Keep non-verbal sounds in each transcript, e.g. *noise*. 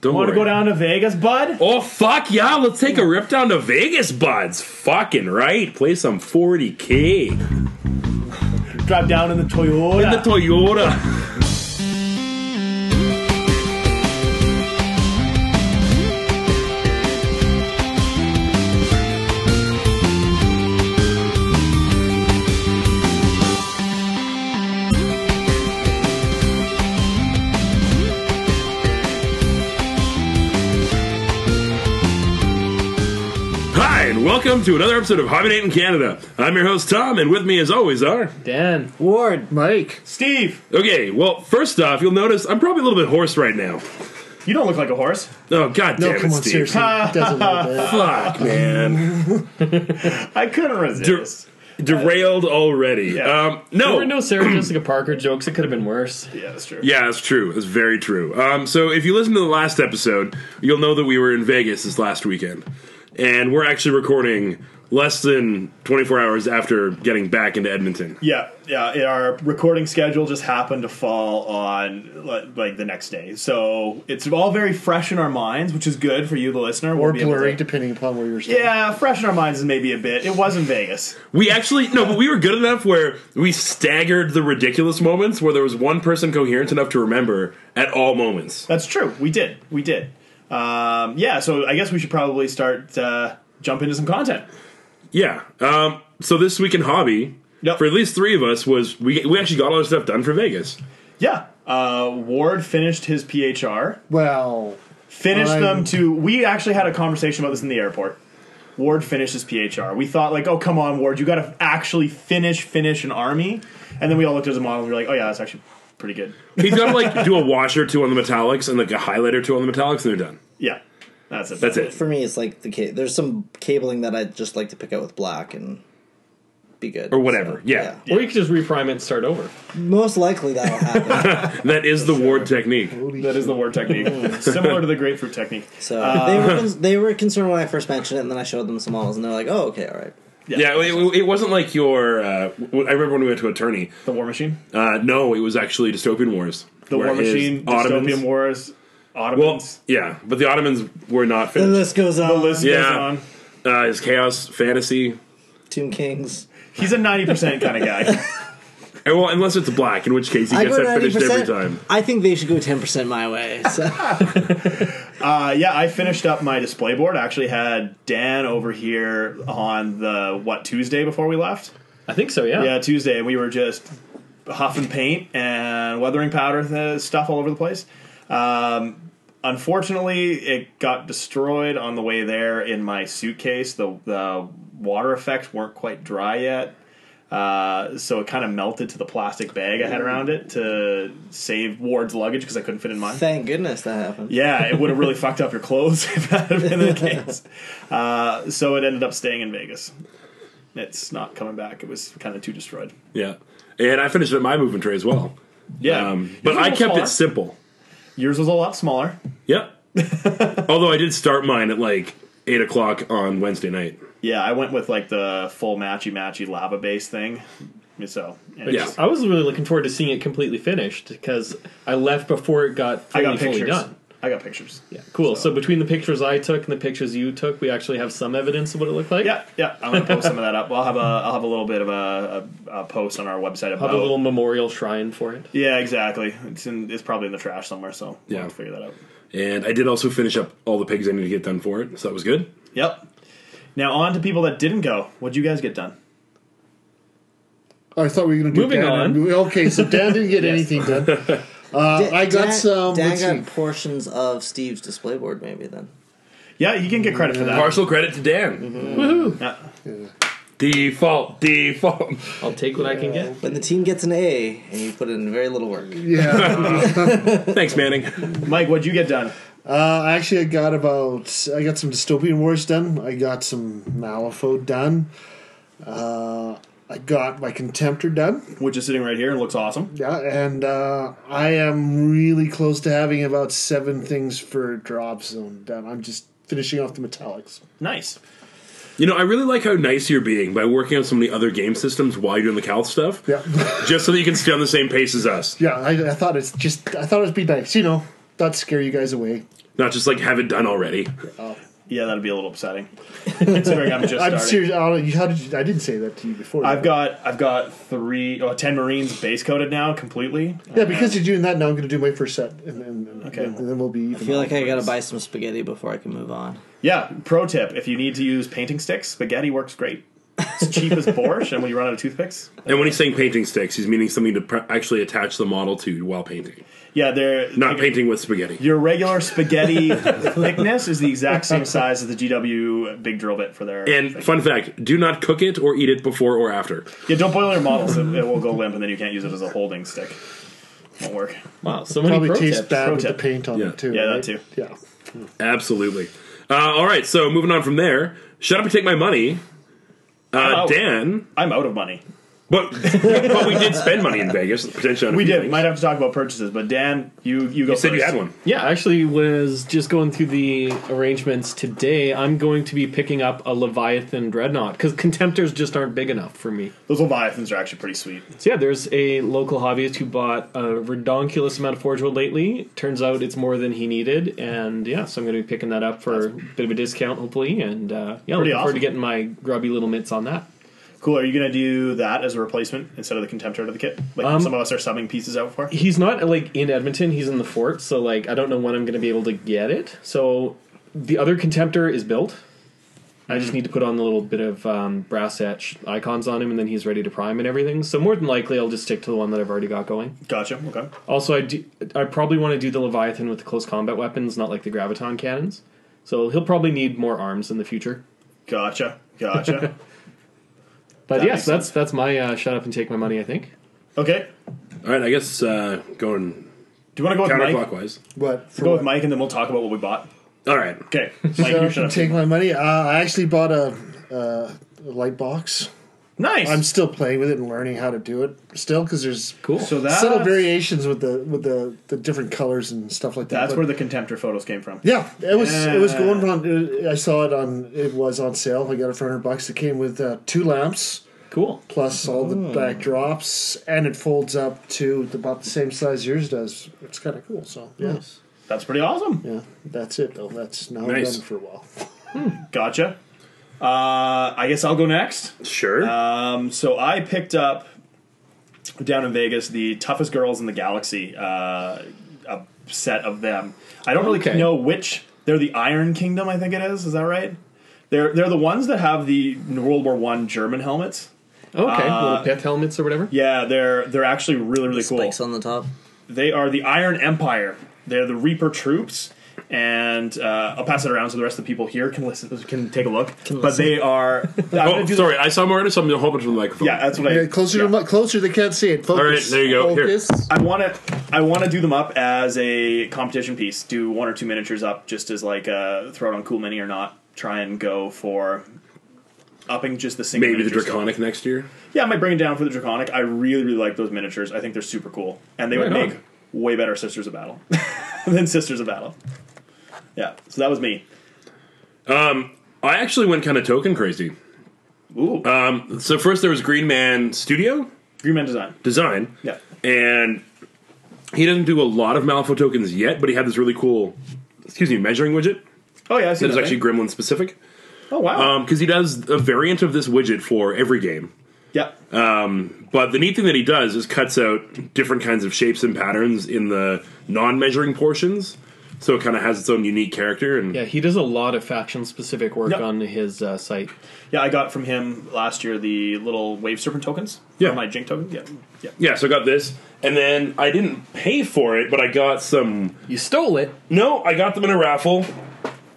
Don't Want to worry. go down to Vegas, bud? Oh fuck yeah! Let's take a rip down to Vegas, buds. Fucking right. Play some 40k in Drive down Oh. in the Toyota. the Toyota. Hi, and welcome to another episode of Hobby Night in Canada. I'm your host Tom, and with me, as always, are Dan, Ward, Mike. Steve, okay. Well, first off, you'll notice I'm probably a little bit hoarse right now. you don't look like a horse. Oh god No, damn come it, on, Steve. seriously. it *laughs* doesn't look that. Fuck, man. I couldn't resist. Derailed already. Yeah. Um, no. There were no Sarah Jessica Parker jokes. It could have been worse. yeah, that's true. Yeah, that's true. That's very true. Um, so if you listen to the last episode, you'll know that we were in Vegas this last weekend, and we're actually recording less than 24 hours after getting back into Edmonton. Yeah, yeah. it- Our recording schedule just happened to fall on li- like the next day, so it's all very fresh in our minds, which is good for you, the listener. We'll Or be able blurry, to- depending upon where you're standing. Yeah, fresh in our minds is maybe a bit. It was in Vegas. We actually no, but we were good enough where we staggered the ridiculous moments where there was one person coherent enough to remember at all moments. That's true. We did. We did. Um, yeah. So I guess we should probably start uh, jump into some content. Yeah. Um, so this week in hobby. Yep. For at least three of us was we we actually got all our stuff done for Vegas. Yeah. Uh, Ward finished his PHR. Well, Finished I'm- them to. We actually had a conversation about this in the airport. Ward finished his PHR. We thought like, oh come on, Ward, you got to actually finish finish an army. And then we all looked at his model and we were like, oh yeah, that's actually pretty good. He's got to like do a wash or two on the metallics and like a highlight or two on the metallics, and they're done. Yeah. That's it. That's it. For me, it's like the ca- there's some cabling that I just like to pick out with black and be good Or whatever, yeah. Or you could just reprime it and start over. Most likely that'll *laughs* happen. That is the ward technique. That is the Ward technique, similar to the grapefruit technique. So they were con- they were concerned when I first mentioned it, and then I showed them some models, and they're like, "Oh, okay, all right." Yeah, it, it wasn't like your. Uh, w- I remember when we went to Attorney. The War Machine. Uh, no, it was actually Dystopian Wars. The War where his Machine. Ottomans- Dystopian Wars. Well, Ottomans. yeah, but the Ottomans were not The finished. list goes on. the list goes Yeah. on. Uh, his Chaos Fantasy. Tomb Kings. He's a ninety percent kind *laughs* of guy. Eh, Well, unless it's black, in which case he I gets go that ninety finished every percent. time. I think they should go ten percent my way. So *laughs* Uh, yeah, I finished up my display board. I actually had Dan over here on the what Tuesday before we left. I think so, yeah. Yeah, Tuesday, and we were just huffing paint and weathering powder th- stuff all over the place. Um, unfortunately, it got destroyed on the way there in my suitcase. The the water effects weren't quite dry yet. Uh, so it kind of melted to the plastic bag I had around it to save Ward's luggage because I couldn't fit in mine. thank goodness that happened. Yeah, it would have really fucked up your clothes *laughs* if that had been the case. Uh, so it ended up staying in Vegas. It's not coming back. It was kind of too destroyed. Yeah, and I finished it at my movement tray as well. Yeah, Um, Yours but was a I kept little it smaller. simple. Yours was a lot smaller. Yep. Although I did start mine at like eight o'clock on Wednesday night. Yeah, I went with like the full matchy matchy lava base thing. So and Yeah. just- I was really looking forward to seeing it completely finished because I left before it I got fully, got fully pictures. done. I got pictures. Yeah, cool. So. between the pictures I took and the pictures you took, we actually have some evidence of what it looked like. Yeah, yeah. I'm gonna post some of that up. I'll have a I'll have a little bit of a, a, a post on our website Have about. a little memorial shrine for it. yeah, exactly. It's in it's probably in the trash somewhere. So we'll Yeah. have to figure that out. And I did also finish up all the pigs I needed to get done for it, so that was good. Yep. Now on to people that didn't go. What'd you guys get done? Oh, I thought we were going to do Moving Dan on. and move- okay, so Dan didn't get anything done. Uh, Dan- I got Dan- some. Dan let's got see. portions of Steve's display board, maybe then. Yeah, you can get credit for that. Partial credit to Dan. Mm-hmm. Yeah. Default, default. I'll take what I can get. When the team gets an A and you put in very little work, Yeah, Thanks, Manning. Mike, what'd you get done? uh, actually, I got about. I got some dystopian wars done. I got some Malifaux done. Uh, I got my contemptor done. Which is sitting right here and looks awesome. Yeah, and uh, I am really close to having about seven things for drop zone done. I'm just finishing off the metallics. Nice. You know, I really like how nice you're being by working on so many other game systems while you're doing the Cal stuff. Yeah. *laughs* Just so that you can stay on the same pace as us. Yeah, I, I thought it's just I thought it'd be nice, you know, not scare you guys away. Not just like have it done already. Yeah, that'd be a little upsetting. Considering I'm just I'm starting. serious. I, don't, how did you, I didn't say that to you before. I've got I've got three oh, ten Marines base coated now completely. yeah. Because you're doing that now, I'm going to do my first set, and, and, and, Okay. and then we'll be. Even I feel like I gotta buy some spaghetti before I can move on. Yeah, pro tip: if you need to use painting sticks, spaghetti works great. It's cheap as borscht, and when you run out of toothpicks, And when he's saying painting sticks, he's meaning something to pre- actually attach the model to while painting, yeah, they're not like, painting with spaghetti. Your regular spaghetti thickness is the exact same size as the GW big drill bit for their. And fun fact: do not cook it or eat it before or after. yeah, don't boil your models; it, it will go limp, and then you can't use it as a holding stick. Won't work. Wow, so many Probably pro tastes tips. bad pro with tip. the paint on Yeah. it too. Yeah, that right? too. Yeah. Absolutely. Uh, all right, so moving on from there. Shut up and take my money, uh, Oh. Dan. I'm out of money. But but we did spend money in Vegas potentially. On a We few did. things. Might have to talk about purchases, but Dan, you you go. You said you had one. Yeah, I actually was just going through the arrangements today. I'm going to be picking up a Leviathan Dreadnought because Contemptors just aren't big enough for me. Those Leviathans are actually pretty sweet. So yeah, there's a local hobbyist who bought a redonkulous amount of Forgewood lately. Turns out it's more than he needed, and yeah, so I'm going to be picking that up for a bit of a discount, hopefully. And uh, yeah, looking forward awesome. to getting my grubby little mitts on that. Cool. Are you going to do that as a replacement instead of the Contemptor out of the kit? Like Um, some of us are subbing pieces out for. He's not like in Edmonton; he's in the fort, so like I don't know when I'm going to be able to get it. So the other Contemptor is built. I Hmm. just need to put on the little bit of um, brass etch icons on him, and then he's ready to prime and everything. So more than likely, I'll just stick to the one that I've already got going. Gotcha. Okay. Also, I do, I probably want to do the Leviathan with the close combat weapons, not like the graviton cannons. So he'll probably need more arms in the future. Gotcha. *laughs* Gotcha. But That yes, makes that's that's my uh, shut up and take my money. I think. okay. All right, I guess uh, going Do you want to go with Mike? counterclockwise. What? For Go what? with Mike, and then we'll talk about what we bought. All right, *laughs* Okay, Mike, you shut up. take my money. Uh, I actually bought a, uh, a light box. nice. I'm still playing with it and learning how to do it still because there's Cool. so that subtle variations with the with the, the different colors and stuff like that. That's but- where the contemptor photos came from. Yeah, it was it was Yeah. going on. it- I saw it on. It was on sale. I got it for hundred bucks. It came with uh, two lamps Cool. plus all the backdrops, and it folds up to about the same size yours does. It's kind of cool. So yeah, That's pretty awesome. yeah, that's it though. That's now Nice. done for a while. Gotcha. Uh, I guess I'll go next. sure. Um, so I picked up down in Vegas the toughest girls in the galaxy. Uh, a set of them. I don't really Okay. know which. They're the Iron Kingdom, I think it is. Is that right? They're they're the ones that have the World War One German helmets. Okay, Uh, little pith helmets or whatever. Yeah, they're they're actually really really cool. Spikes on the top. They are the Iron Empire. They're the Reaper troops, and uh, I'll pass it around so the rest of the people here can listen, can take a look. but listen. they are. I'm oh, gonna do the- sorry, I saw more into something. A whole bunch of the microphone. yeah, that's what I. Yeah, closer to yeah. to closer. They can't see it. Focus. there you go. Here. Focus. I want to. I want to do them up as a competition piece. Do one or two miniatures up, just as like uh, throw it on Cool Mini or not. Try and go for upping just the single. maybe the miniature stuff. draconic next year. Yeah, I might bring it down for the Draconic. I really, really like those miniatures. I think they're super cool. And they would Right on. make way better Sisters of Battle *laughs* than Sisters of Battle. Yeah, so that was me. I actually went kind of token crazy. Ooh, Um, so first there was Green Man Studio Green Man Design. Design. Yeah. and he doesn't do a lot of Malifaux tokens yet, but he had this really cool, excuse me, measuring widget Oh, yeah, I see that that. is actually Actually, Gremlin specific. oh, wow. Um, because he does a variant of this widget for every game. yeah. uh, But the neat thing that he does is cuts out different kinds of shapes and patterns in the non-measuring portions, so it kind of has its own unique character. And Yeah, he does a lot of faction specific work Yep. on his uh, site. yeah, I got from him last year the little Wave Serpent tokens. Yeah. Or My Jink token. Yeah. Yeah. Yeah, so I got this, and then I didn't pay for it, but I got some. You stole it. No, I got them in a raffle.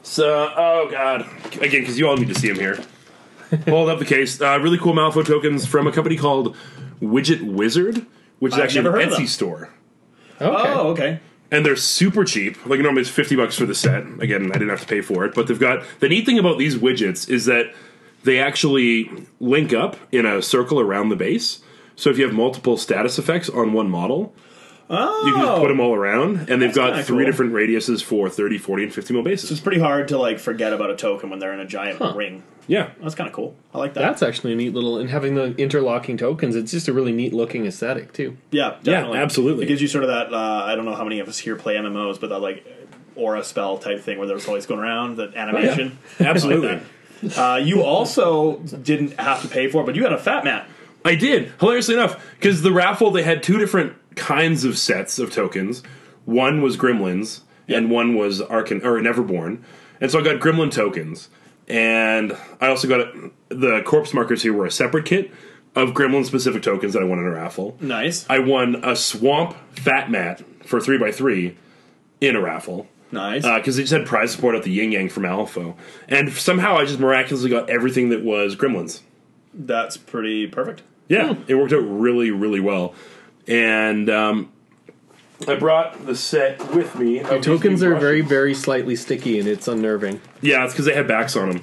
So, oh god, again, because you all need to see them *laughs* here. Hold up the case. Uh, really cool Malifaux tokens from a company called Widget Wizard, which is I've actually never heard an of them. Etsy store. Okay. Oh, okay. and they're super cheap. Like normally it's fifty bucks for the set. Again, I didn't have to pay for it, but they've got the neat thing about these widgets is that they actually link up in a circle around the base. So if you have multiple status effects on one model, Oh. you can just put them all around, and they've got kinda three cool. different radiuses for 30, 40, and 50 mil bases. It's pretty hard to, like, forget about a token when they're in a giant Huh. ring. Yeah. That's kind of cool. I like that. That's actually a neat little, and having the interlocking tokens, it's just a really neat looking aesthetic too. Yeah, definitely. absolutely. It gives you sort of that. Uh, I don't know how many of us here play MMOs, but that like aura spell type thing where there was always going around that animation. Absolutely. *laughs* Like that. Uh, you also didn't have to pay for it, but you had a Fat Man. I did, hilariously enough, because the raffle they had two different kinds of sets of tokens. One was Gremlins, and one was Arkan or Neverborn, and so I got Gremlin tokens, and I also got a, the corpse markers here were a separate kit of Gremlin specific tokens that I won in a raffle. Nice. I won a swamp fat mat for three by three in a raffle. uh, Nice. Because they just had prize support at the Yin Yang from Alpha, and somehow I just miraculously got everything that was Gremlins. That's pretty perfect. Yeah, Hmm. it worked out really, really well. And um, I brought the set with me. of these Tokens new are brushes. very, very slightly sticky, and it's unnerving. Yeah, it's because they had backs on them.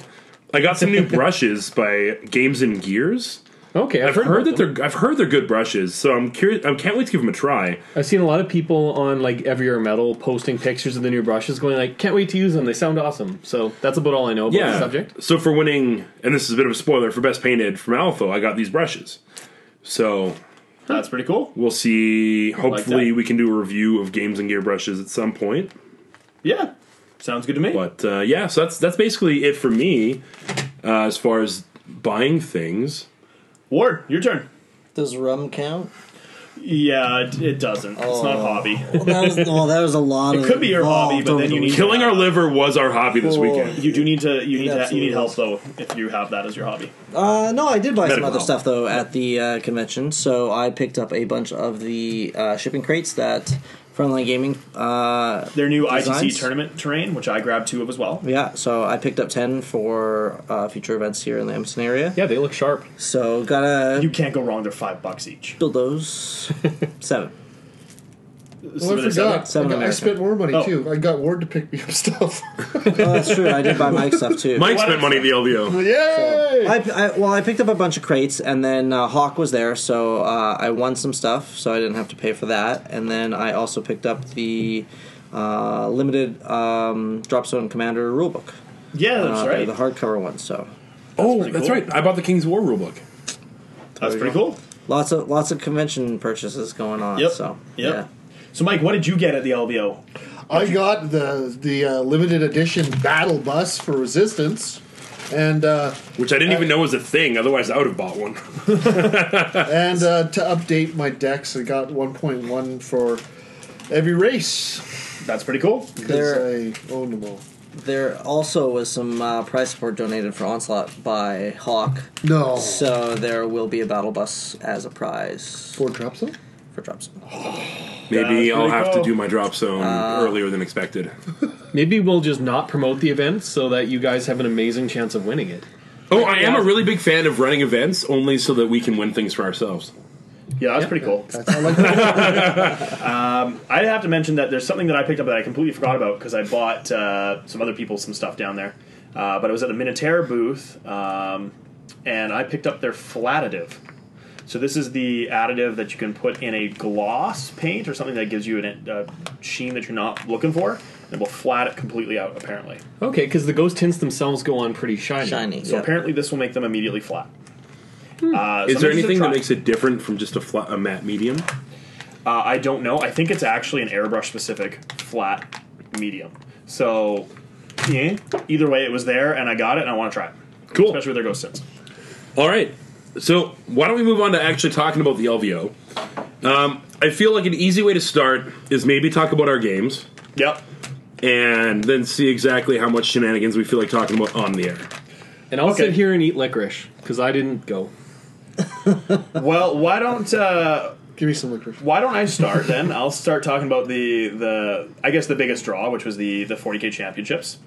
I got *laughs* some new brushes by Games and Gears. Okay, I've, I've heard that about them. they're I've heard they're good brushes, so I'm curious. I can't wait to give them a try. I've seen a lot of people on like Everywhere Metal posting pictures of the new brushes, going like, "Can't wait to use them. They sound awesome." So that's about all I know about the subject. So for winning, and this is a bit of a spoiler for Best Painted from Alpha, I got these brushes. So That's pretty cool. we'll see. Hopefully, that. we can do a review of Games and Gear brushes at some point. Yeah. Sounds good to me. But uh, yeah, so that's that's basically it for me uh, as far as buying things. Ward, your turn. Does rum count? Yeah, it, it doesn't. It's not a hobby. *laughs* Well, that was, well, that was a lot. It of could be your hobby, but then you need Killing our liver was our hobby this weekend. You do need to. You need to, you absolutely need help though if you have that as your hobby. Uh, no, I did buy some Medical other help. stuff though at the uh, convention. So I picked up a bunch of the uh, shipping crates that Frontline Gaming. Uh, Their new Designs? ITC tournament terrain, which I grabbed two of as well. yeah, so I picked up ten for uh, future events here in the Emerson area. Yeah, they look sharp. So gotta You can't go wrong. They're five bucks each. build *laughs* those seven. So Well, Oh, I they said forgot. Seven I, got, I American. spent more money Oh. too. I got Ward to pick me up *laughs* stuff. Oh, that's true. I did buy Mike stuff too. Mike Why spent don't- money at the LVO. Yay! I, I, well, I picked up a bunch of crates, and then uh, Hawk was there, so uh, I won some stuff, so I didn't have to pay for that. And then I also picked up the uh, limited um, Drop Zone Commander rulebook, that. Yeah, uh, that's right. the hardcover one. So Oh, pretty that's cool. right. I bought the King's War rulebook. That's pretty cool. lots of lots of convention purchases going on. Yep. Uh, So Yep. So, Mike, what did you get at the LBO? I got the the uh, limited edition battle bus for Resistance, and uh, Which I didn't even know was a thing. Otherwise, I would have bought one. and uh, to update my decks, I got 1.1 for every race That's pretty cool. There- because I owned them all. yeah. There also was some uh, prize support donated for Onslaught by Hawk, No, so there will be a battle bus as a prize four drops though. for Drop Zone. Oh, Maybe That's I'll pretty have cool. Uh, to do my drop zone earlier than expected. Maybe we'll just not promote the event so that you guys have an amazing chance of winning it. Oh, I am a really big fan of running events only so that we can win things for ourselves. Yeah, that's pretty cool. That's all I got. I have to mention that there's something that I picked up that I completely forgot about because I bought uh, some other people some stuff down there, uh, but it was at the Minotaur booth, um, and I picked up their additive. So this is the additive that you can put in a gloss paint or something that gives you an uh, sheen that you're not looking for, and it will flat it completely out. Apparently, Okay, because the ghost tints themselves go on pretty shiny. Shiny. so yeah. apparently this will make them immediately flat. Uh, Hmm. Is there something to anything that try. makes it different from just a, flat, a matte medium? Uh, I don't know. I think it's actually an airbrush specific flat medium. So, yeah. Either way, it was there, and I got it, and I want to try it, Cool. especially with their ghost sense. All right. So why don't we move on to actually talking about the LVO? Um, I feel like an easy way to start is maybe talk about our games Yep. and then see exactly how much shenanigans we feel like talking about on the air. And I'll Okay. sit here and eat licorice because I didn't go. Well, why don't uh, *laughs* Give me some liquor. why don't I start *laughs* then? I'll start talking about the the I guess the biggest draw, which was the the 40k championships.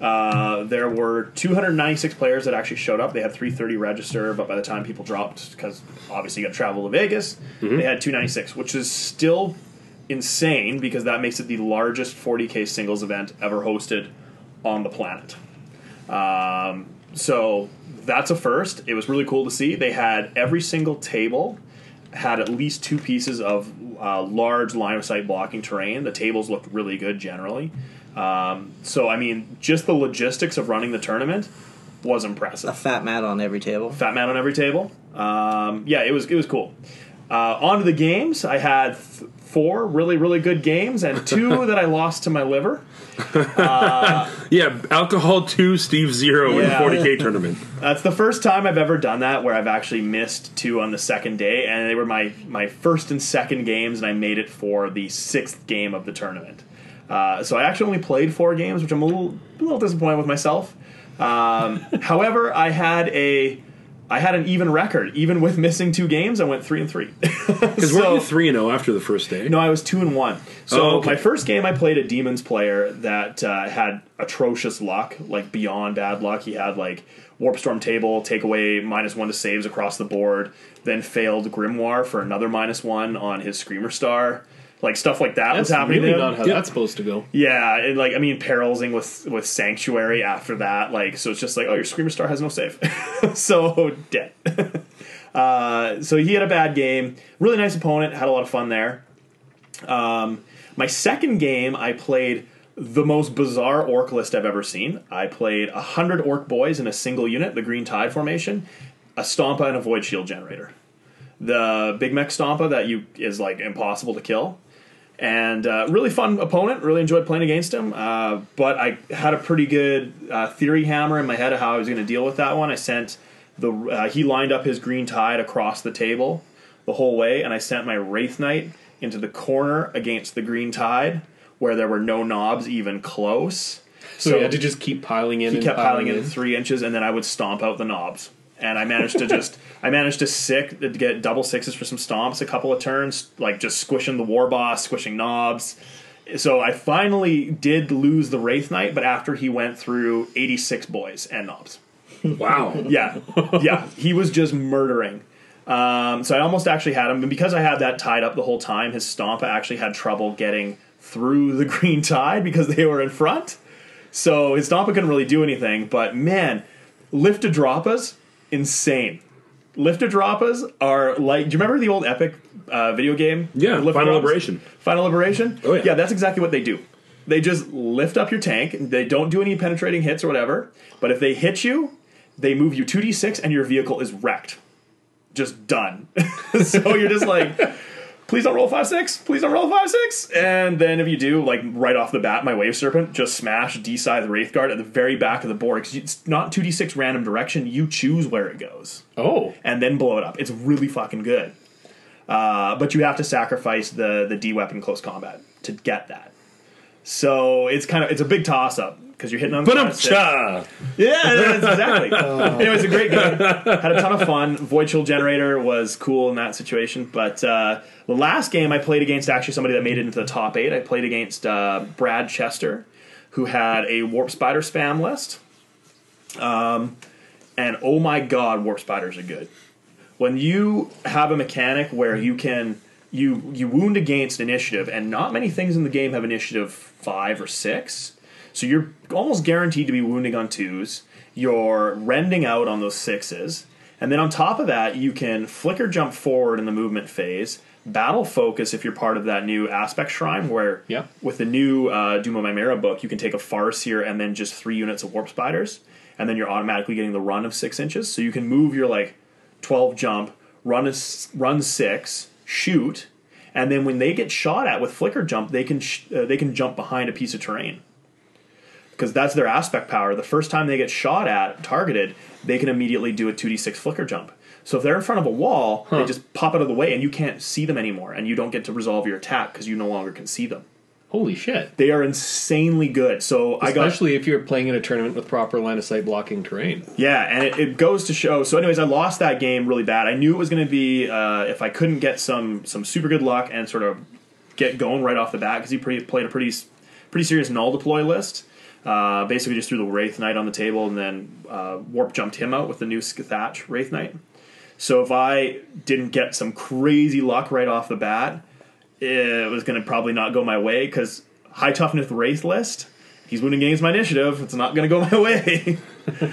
Uh, there were 296 players that actually showed up. They had 330 register, but by the time people dropped, because obviously you got to travel to Vegas, they had 296, which is still insane because that makes it the largest 40k singles event ever hosted on the planet. Um, so that's a first. It was really cool to see. They had every single table had at least two pieces of uh, large line of sight blocking terrain. The tables looked really good generally. Um, so I mean, just the logistics of running the tournament was A impressive. fat mat on every table. Fat man on every table. Um, yeah, it was it was cool. Uh, on to the games. I had th- four really, really good games and two that I lost to my liver. Yeah, alcohol two, Steve zero Yeah. in the 40k tournament. That's the first time I've ever done that where I've actually missed two on the second day, and they were my, my first and second games, and I made it for the sixth game of the tournament. Uh, so I actually only played four games, which I'm a little a little disappointed with myself. Um, however, I had a I had an even record, even with missing two games. I went three and three. Because So- weren't you three and zero after the first day? no, I was two and one. So Oh, okay. my first game, I played a demons player that uh, had atrocious luck, like beyond bad luck. He had like warp storm table, take away minus one to saves across the board, then failed grimoire for another minus one on his screamer star, like stuff like that was That's happening. to really him. not how Yep. that's supposed to go. Yeah, and like I mean, periling with with sanctuary after that, like so it's just like oh, your screamer star has no save, *laughs* so dead. *laughs* uh, so he had a bad game. Really nice opponent. Had a lot of fun there. Um, my second game, I played the most bizarre orc list I've ever seen. I played a hundred orc boys in a single unit, the Green Tide formation, a stompa and a void shield generator. The big mech stompa that you is like impossible to kill and uh, really fun opponent. Really enjoyed playing against him. Uh, but I had a pretty good uh, theory hammer in my head of how I was going to deal with that one. I sent the uh, he lined up his green tide across the table the whole way, and I sent my wraith knight into the corner against the green tide where there were no knobs even close. So, you had to just keep piling in. He and kept piling in three inches, and then I would stomp out the knobs. And I managed to just, I managed to sick to get double sixes for some stomps, a couple of turns, like just squishing the war boss, squishing knobs. So I finally did lose the wraith knight, but after he went through eighty six boys and knobs. Wow. *laughs* Yeah, yeah, he was just murdering. Um, so I almost actually had him, and because I had that tied up the whole time, his stomp I actually had trouble getting through the *laughs* green tide because they were in front. So his stomp couldn't really do anything. But man, lifted droppas, insane. Lifted droppas are like. Do you remember the old Epic uh, video game? Yeah, Lift Final Droppas? Liberation. Final Liberation. Oh, yeah. yeah, that's exactly what they do. They just lift up your tank. They don't do any penetrating hits or whatever. But if they hit you, they move you 2d6 and your vehicle is wrecked. Just done. *laughs* so you're just like, please don't roll 5 6. Please don't roll 5 6. And then if you do, like right off the bat, my Wave Serpent just smash D Scythe Wraith Guard at the very back of the board. 'Cause it's not 2d6 random direction. You choose where it goes Oh, and then blow it up. It's really fucking good. Uh, but you have to sacrifice the the D weapon close combat to get that. So it's kind of it's a big toss up because you're hitting on the But I'm side of six. Yeah, that's exactly. anyway, it's a great game. Had a ton of fun. Void Shield Generator was cool in that situation. But uh, the last game I played against actually somebody that made it into the top eight. I played against uh, Brad Chester, who had a Warp Spider spam list. Um, and oh my god, Warp Spiders are good. When you have a mechanic where you can you you wound against initiative, and not many things in the game have initiative five or six. So you're almost guaranteed to be wounding on twos. You're rending out on those sixes. And then on top of that, you can flicker jump forward in the movement phase, battle focus if you're part of that new aspect shrine, where Yeah. with the new uh, Doom of Mimera book, you can take a Farseer and then just three units of Warp Spiders, and then you're automatically getting the run of six inches. So you can move your like 12 jump, run, a s run six, shoot, and then when they get shot at with flicker jump, they can, sh- uh, they can jump behind a piece of terrain because that's their aspect power. The first time they get shot at, targeted, they can immediately do a 2d6 flicker jump. So if they're in front of a wall, they just pop out of the way and you can't see them anymore, and you don't get to resolve your attack because you no longer can see them. holy shit! They are insanely good. So I got Especially if you're playing in a tournament with proper line of sight blocking terrain. Yeah, and it, it goes to show. So, anyways, I lost that game really bad. I knew it was going to be uh, if I couldn't get some some super good luck and sort of get going right off the bat because he pretty, played a pretty s- pretty serious null deploy list. Uh, basically, just threw the Wraith Knight on the table and then uh, warp jumped him out with the new Skathatch Wraith Knight. So if I didn't get some crazy luck right off the bat, it was going to probably not go my way because high toughness Wraith list. He's winning games my initiative. It's not going to go *laughs* my way.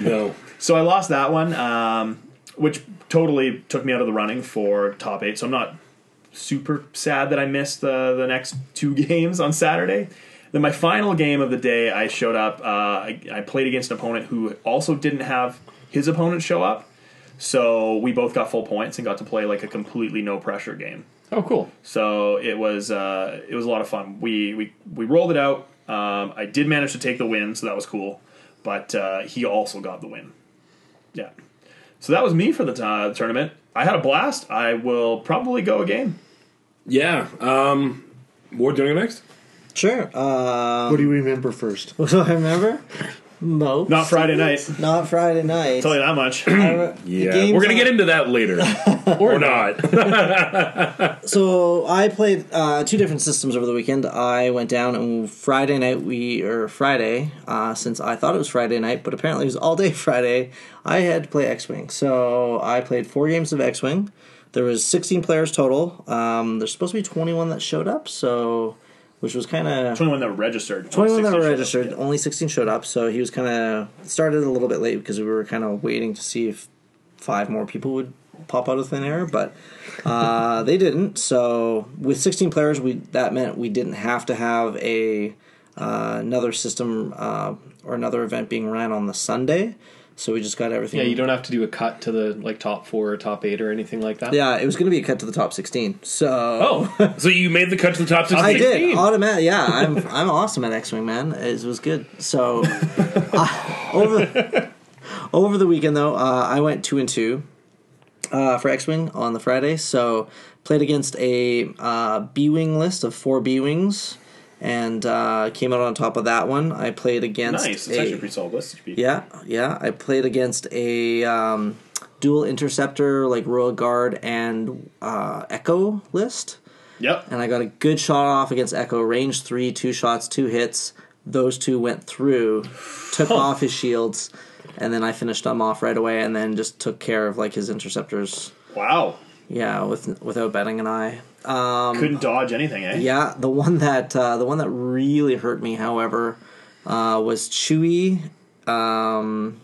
No. So I lost that one, um, which totally took me out of the running for top eight. So I'm not super sad that I missed uh, the, the next two *laughs* games on Saturday. Then my final game of the day, I showed up. Uh, I, I played against an opponent who also didn't have his opponent show up. So we both got full points and got to play like a completely no pressure game. Oh, cool. So it was uh, it was a lot of fun. We we we rolled it out. Um, I did manage to take the win, so that was cool. But uh, he also got the win. Yeah. So that was me for the uh, tournament. I had a blast. I will probably go again. Yeah. Um, Ward, do you want to go next? Sure. Uh, What do you *laughs* remember first? what do I remember? Most. Not Friday night. Not Friday night. Tell you that *clears throat* much. I re- the games We're going on- to get into that later. or not. So I played uh, two different systems over the weekend. I went down and Friday night we or Friday, uh, since I thought it was Friday night, but apparently it was all day *laughs* Friday. I had to play X Wing, so I played four games of X Wing. There was 16 players total. Um, there's supposed to be 21 that showed up, so which was kind of Twenty-one that registered. 21 that were 16 showed up. registered. Only 16 showed up, so he was kind of started a little bit late because we were kind of waiting to see if five more people would pop out of thin air, but uh, they didn't. So with 16 players, we that meant we didn't have to have a uh, another system uh, or another event being ran on the Sunday. So we just got everything. Yeah, you don't have to do a cut to the like top four or top eight or anything like that. Yeah, it was going to be a cut to the top 16. So Oh, so you made the cut to the top 16? I did 16. *laughs* automatic. Yeah, I'm I'm awesome at X Wing, man. It was good. So *laughs* uh, over over the weekend though, uh, I went two and two uh, for X Wing on the Friday. So played against a uh, B Wing list of four B Wings and uh, came out on top of that one. I played against Nice. It's a- actually a pretty solid list. yeah, yeah. I played against a um, dual interceptor like Royal Guard and uh, Echo list Yep. and I got a good shot off against Echo. Range three, two shots, two hits. Those two went through, took off his shields, and then I finished them off right away, and then just took care of like his interceptors. Wow. Yeah, with without betting an eye. Um, Couldn't dodge anything, *laughs* eh? yeah, the one that uh, the one that really hurt me, however, uh, was Chewie. Um,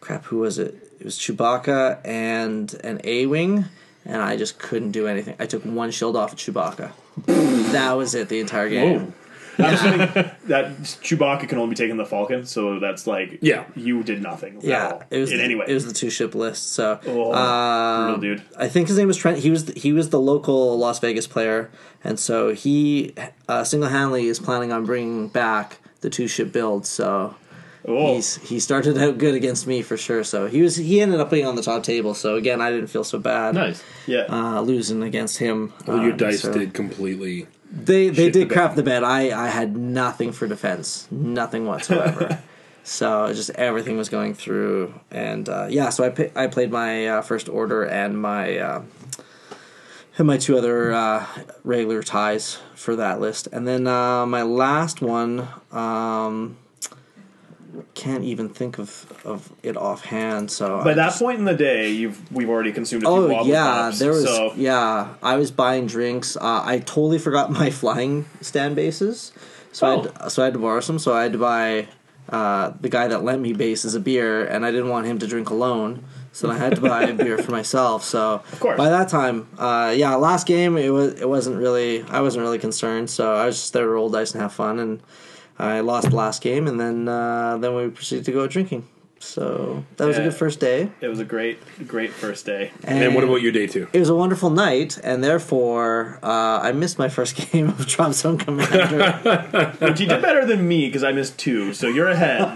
crap, who was it? It was Chewbacca and an A wing, and I just couldn't do anything. I took one shield off of Chewbacca. that was it. The entire game. That Chewbacca can only be taken the Falcon, so that's like Yeah. you did nothing. at Yeah, all, it was in the, any way. It was the two ship list. So Oh, um, brutal dude. I think his name was Trent. He was the, he was the local Las Vegas player, and so he uh, single handedly is planning on bringing back the two ship build. So oh, he's he started out good against me for sure. So he was he ended up being on the top table. So again, I didn't feel so bad. nice. yeah. Uh, losing against him. Well, your Um, dice so- did completely. They they shit the did bed. crap the bed. I I had nothing for defense, *laughs* nothing whatsoever. so just everything was going through, and uh, yeah. So I pa- I played my uh, first order and my uh, and my two other uh, regular ties for that list, and then uh, my last one. Um, can't even think of of it offhand. So By I that just- point in the day, you've we've already consumed a few Oh wobble yeah, pops, there was so yeah. I was buying drinks. Uh, I totally forgot my *laughs* flying stand bases, so Oh. I had, so I had to borrow some. So I had to buy uh, the guy that lent me bases a beer, and I didn't want him to drink alone. So I had to buy a *laughs* beer for myself. So course. by that time, uh, yeah, last game it was it wasn't really I wasn't really concerned. So I was just there to roll dice and have fun, and I lost the last game, and then uh, then we proceeded to go out drinking. So that was a Yeah. good first day. it was a great great first day. And, what about your day two? It was a wonderful night, and therefore uh, I missed my first *laughs* game of Drop Zone Commander. *laughs* But you did better than me because I missed two, so you're *laughs* ahead.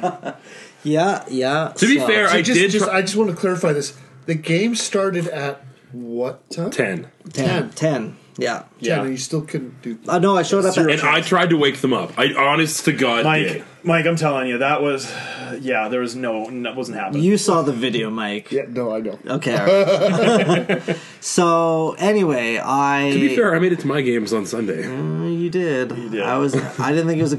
yeah, yeah. To be fair, I just, did just try- I just want to clarify this. The game started at what time? 10. 10, 10, yeah. Ten, Yeah. and you still couldn't do. Uh, no, I showed up. And At, I tried to wake them up. I honest to God Mike, did. Mike, I'm telling you, that was yeah, there was no, that wasn't happening. you saw the video, Mike. Yeah, no, I know. Okay. *laughs* all right. *laughs* so anyway, I. To be fair, I made it to my games on Sunday. you did. You did. I was. I didn't think it was a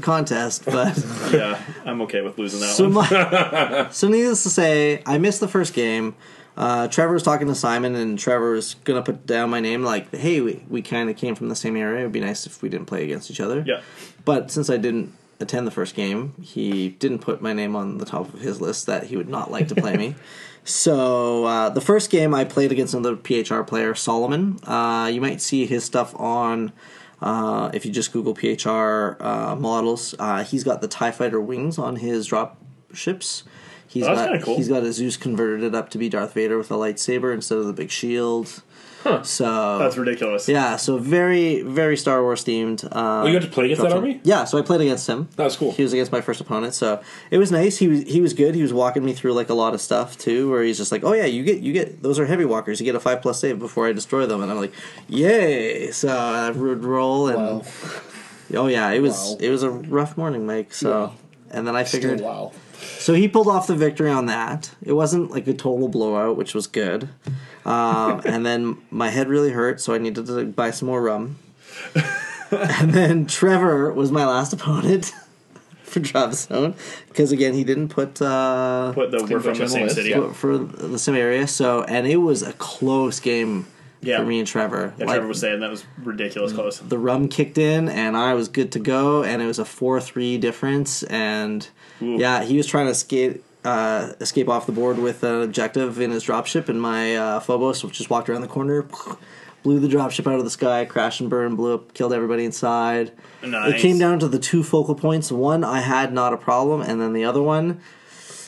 *laughs* contest, but. yeah, I'm okay with losing that So, one. *laughs* my, so needless to say, I missed the first game. Uh, Trevor was talking to Simon, and Trevor was gonna put down my name, like, "Hey, we, we kind of came from the same area. It'd be nice if we didn't play against each other." Yeah. But since I didn't attend the first game, he didn't put my name on the top of his list that he would not like to *laughs* play me. So uh, the first game I played against another PHR player, Solomon. Uh, you might see his stuff on. Uh, if you just Google PHR uh, models, uh, he's got the Tie Fighter wings on his drop ships. He's Oh, that's got kinda cool. he's got a Zeus converted it up to be Darth Vader with a lightsaber instead of the big shield. So That's ridiculous. yeah, so very very Star Wars themed. Uh, Oh, you got to play against that army? Yeah, so I played against him. That was cool. He was against my first opponent, so it was nice. He was he was good. He was walking me through like a lot of stuff too, where he's just like, "Oh yeah, you get you get those are heavy walkers. You get a five plus save before I destroy them," and I'm like, "Yay!" So I would roll and Wow. oh yeah, it was Wow. it was a rough morning, Mike. So and then I Still figured, wow. so he pulled off the victory on that. It wasn't like a total blowout, which was good. *laughs* Um, and then my head really hurt, so I needed to buy some more rum. *laughs* and then Trevor was my last *laughs* opponent for Dropzone because again he didn't put uh, Put the we're from the same List, city. yeah. for, for the same area. So and it was a close game Yeah. for me and Trevor. Yeah, Like, Trevor was saying that was ridiculous close. the rum kicked in and I was good to go and it was a 4-3 difference and yeah, he was trying to skate uh, escape off the board with an objective in his dropship and my uh, Phobos just walked around the corner, *laughs* blew the dropship out of the sky, crashed and burned, blew up, killed everybody inside. Nice. It came down to the two focal points. One I had not a problem and then the other one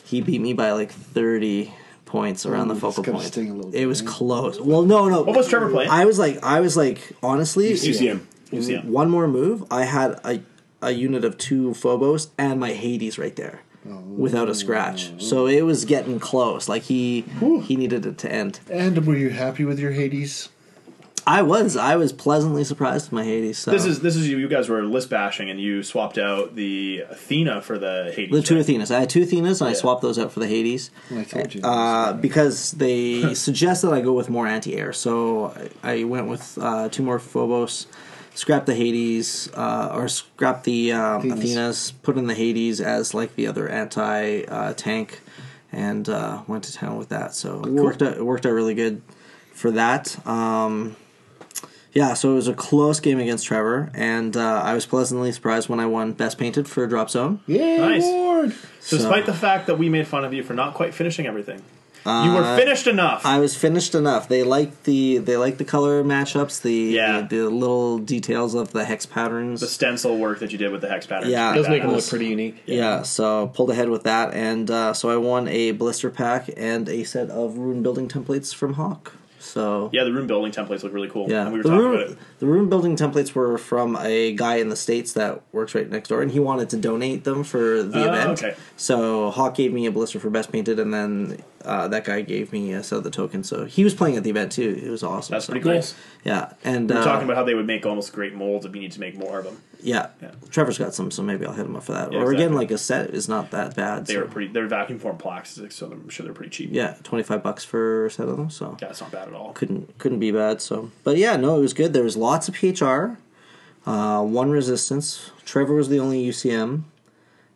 he beat me by like 30 points around Ooh, the focal that's gotta point. sting a little it bit, was eh? close. Well, no, no. What was Trevor playing? I was like I was like honestly UCM. UCM. one more move, I had a, a unit of two Phobos and my Hades right there without a scratch. So it was getting close. Like he he needed it to end. And were you happy with your Hades? I was I was pleasantly surprised with my Hades. So. This is this is you. You guys were list bashing, and you swapped out the Athena for the Hades. the two right? Athenas. I had two Athenas and I Yeah. swapped those out for the Hades. I told you. Uh, because they suggest that I go with more anti air. So I, I went with uh, two more Phobos, scrapped the Hades, uh, or scrapped the um, Athenas. Athenas, put in the Hades as like the other anti uh, tank, and uh, went to town with that. So it worked out, it worked out really good for that. Um, yeah, so it was a close game against Trevor, and uh, I was pleasantly surprised when I won Best Painted for Drop Zone. Yay, Nice. Lord! So despite the fact that we made fun of you for not quite finishing everything, you were Uh, finished enough. I was finished enough. They liked the they liked the color matchups, the Yeah. the, the little details of the hex patterns. the stencil work that you did with the hex pattern. Yeah. It does make them look pretty unique. yeah. so pulled ahead with that, and uh, so I won a blister pack and a set of rune building templates from Hawk. So Yeah, the room building templates look really cool. yeah, and we were the talking rune about it. the rune building templates were from a guy in the states that works right next door, and he wanted to donate them for the Oh, event. okay. So Hawk gave me a blister for best painted, and then uh, that guy gave me a set of the token. So he was playing at the event too. It was awesome. That's So- pretty cool. Nice. Yeah, and We uh, were talking about how they would make almost great molds, and we need to make more of them. Yeah. Yeah. Trevor's got some, so maybe I'll hit him up for that. Yeah, or again, exactly. like a set is not that bad. They so- were pretty. They're vacuum form plastics, so I'm sure they're pretty cheap. yeah, twenty five bucks for a set of them. So yeah, it's not bad at all. couldn't couldn't be bad. So, but yeah, no, it was good. There was lots of PHR, uh, one resistance. Trevor was the only UCM.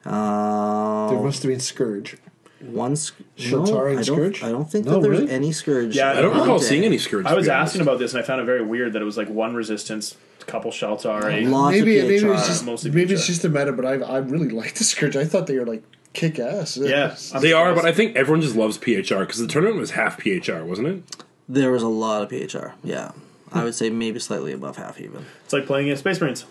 Uh, There must have been Scourge. one sc- Shatara no, and I don't, Scourge? I don't think No, that there's really? any scourge. Yeah, I don't on recall that seeing day. any Scourge. I was asking about this, and I found it very weird that it was like one resistance, a couple shells already. Lots Maybe of maybe it was PHR. just Mostly maybe PHR. it's just a matter, but I I really *laughs* like the Scourge. I thought they were like kick ass. Yeah, I'm They are, surprised. but I think everyone just loves PHR because the tournament was half PHR, wasn't it? there was a lot of PHR. Yeah, I would say maybe slightly above half even. it's like playing in Space Marines.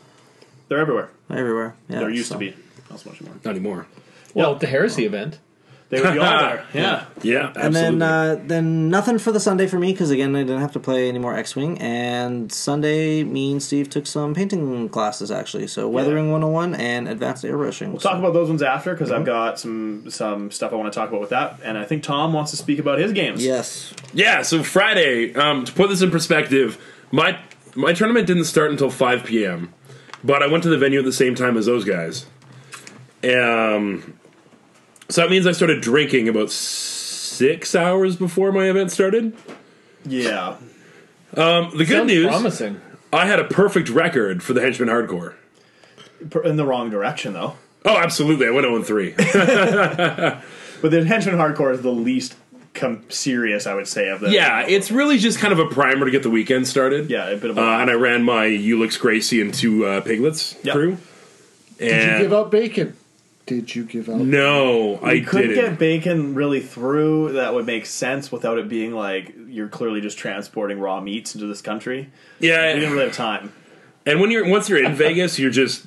They're everywhere. Everywhere. Yeah, There used so. to be. Not so much anymore. Not anymore. Well, at the Heresy event, They would be all there. Yeah. Yeah, And absolutely. then, uh, then nothing for the Sunday for me because again, I didn't have to play any more X Wing. And Sunday, me and Steve took some painting classes actually. So weathering 101 and advanced airbrushing. We'll talk about those ones after because I've got some some stuff I want to talk about with that, and I think Tom wants to speak about his games. yes, Yeah, so Friday, um, to put this in perspective, my my tournament didn't start until 5 p.m., but I went to the venue at the same time as those guys. Um, so that means I started drinking about six hours before my event started. Yeah. Um, the good Sounds news, promising. I had a perfect record for the Henchman Hardcore. Per- In the wrong direction though. Oh, absolutely. I went 0 *laughs* 3. But the henchman hardcore is the least com- serious, I would say, of the yeah, it's really just kind of a primer to get the weekend started. yeah, a bit of a, Uh, and I ran my Ulix Gracie and two uh, piglets Yep. through. Did you And- give up bacon? Did you give up? No, I you couldn't didn't. get bacon really through. That would make sense without it being like you're clearly just transporting raw meats into this country. We didn't yeah, *laughs* really have time. *laughs* and when you're once you're in Vegas, you're just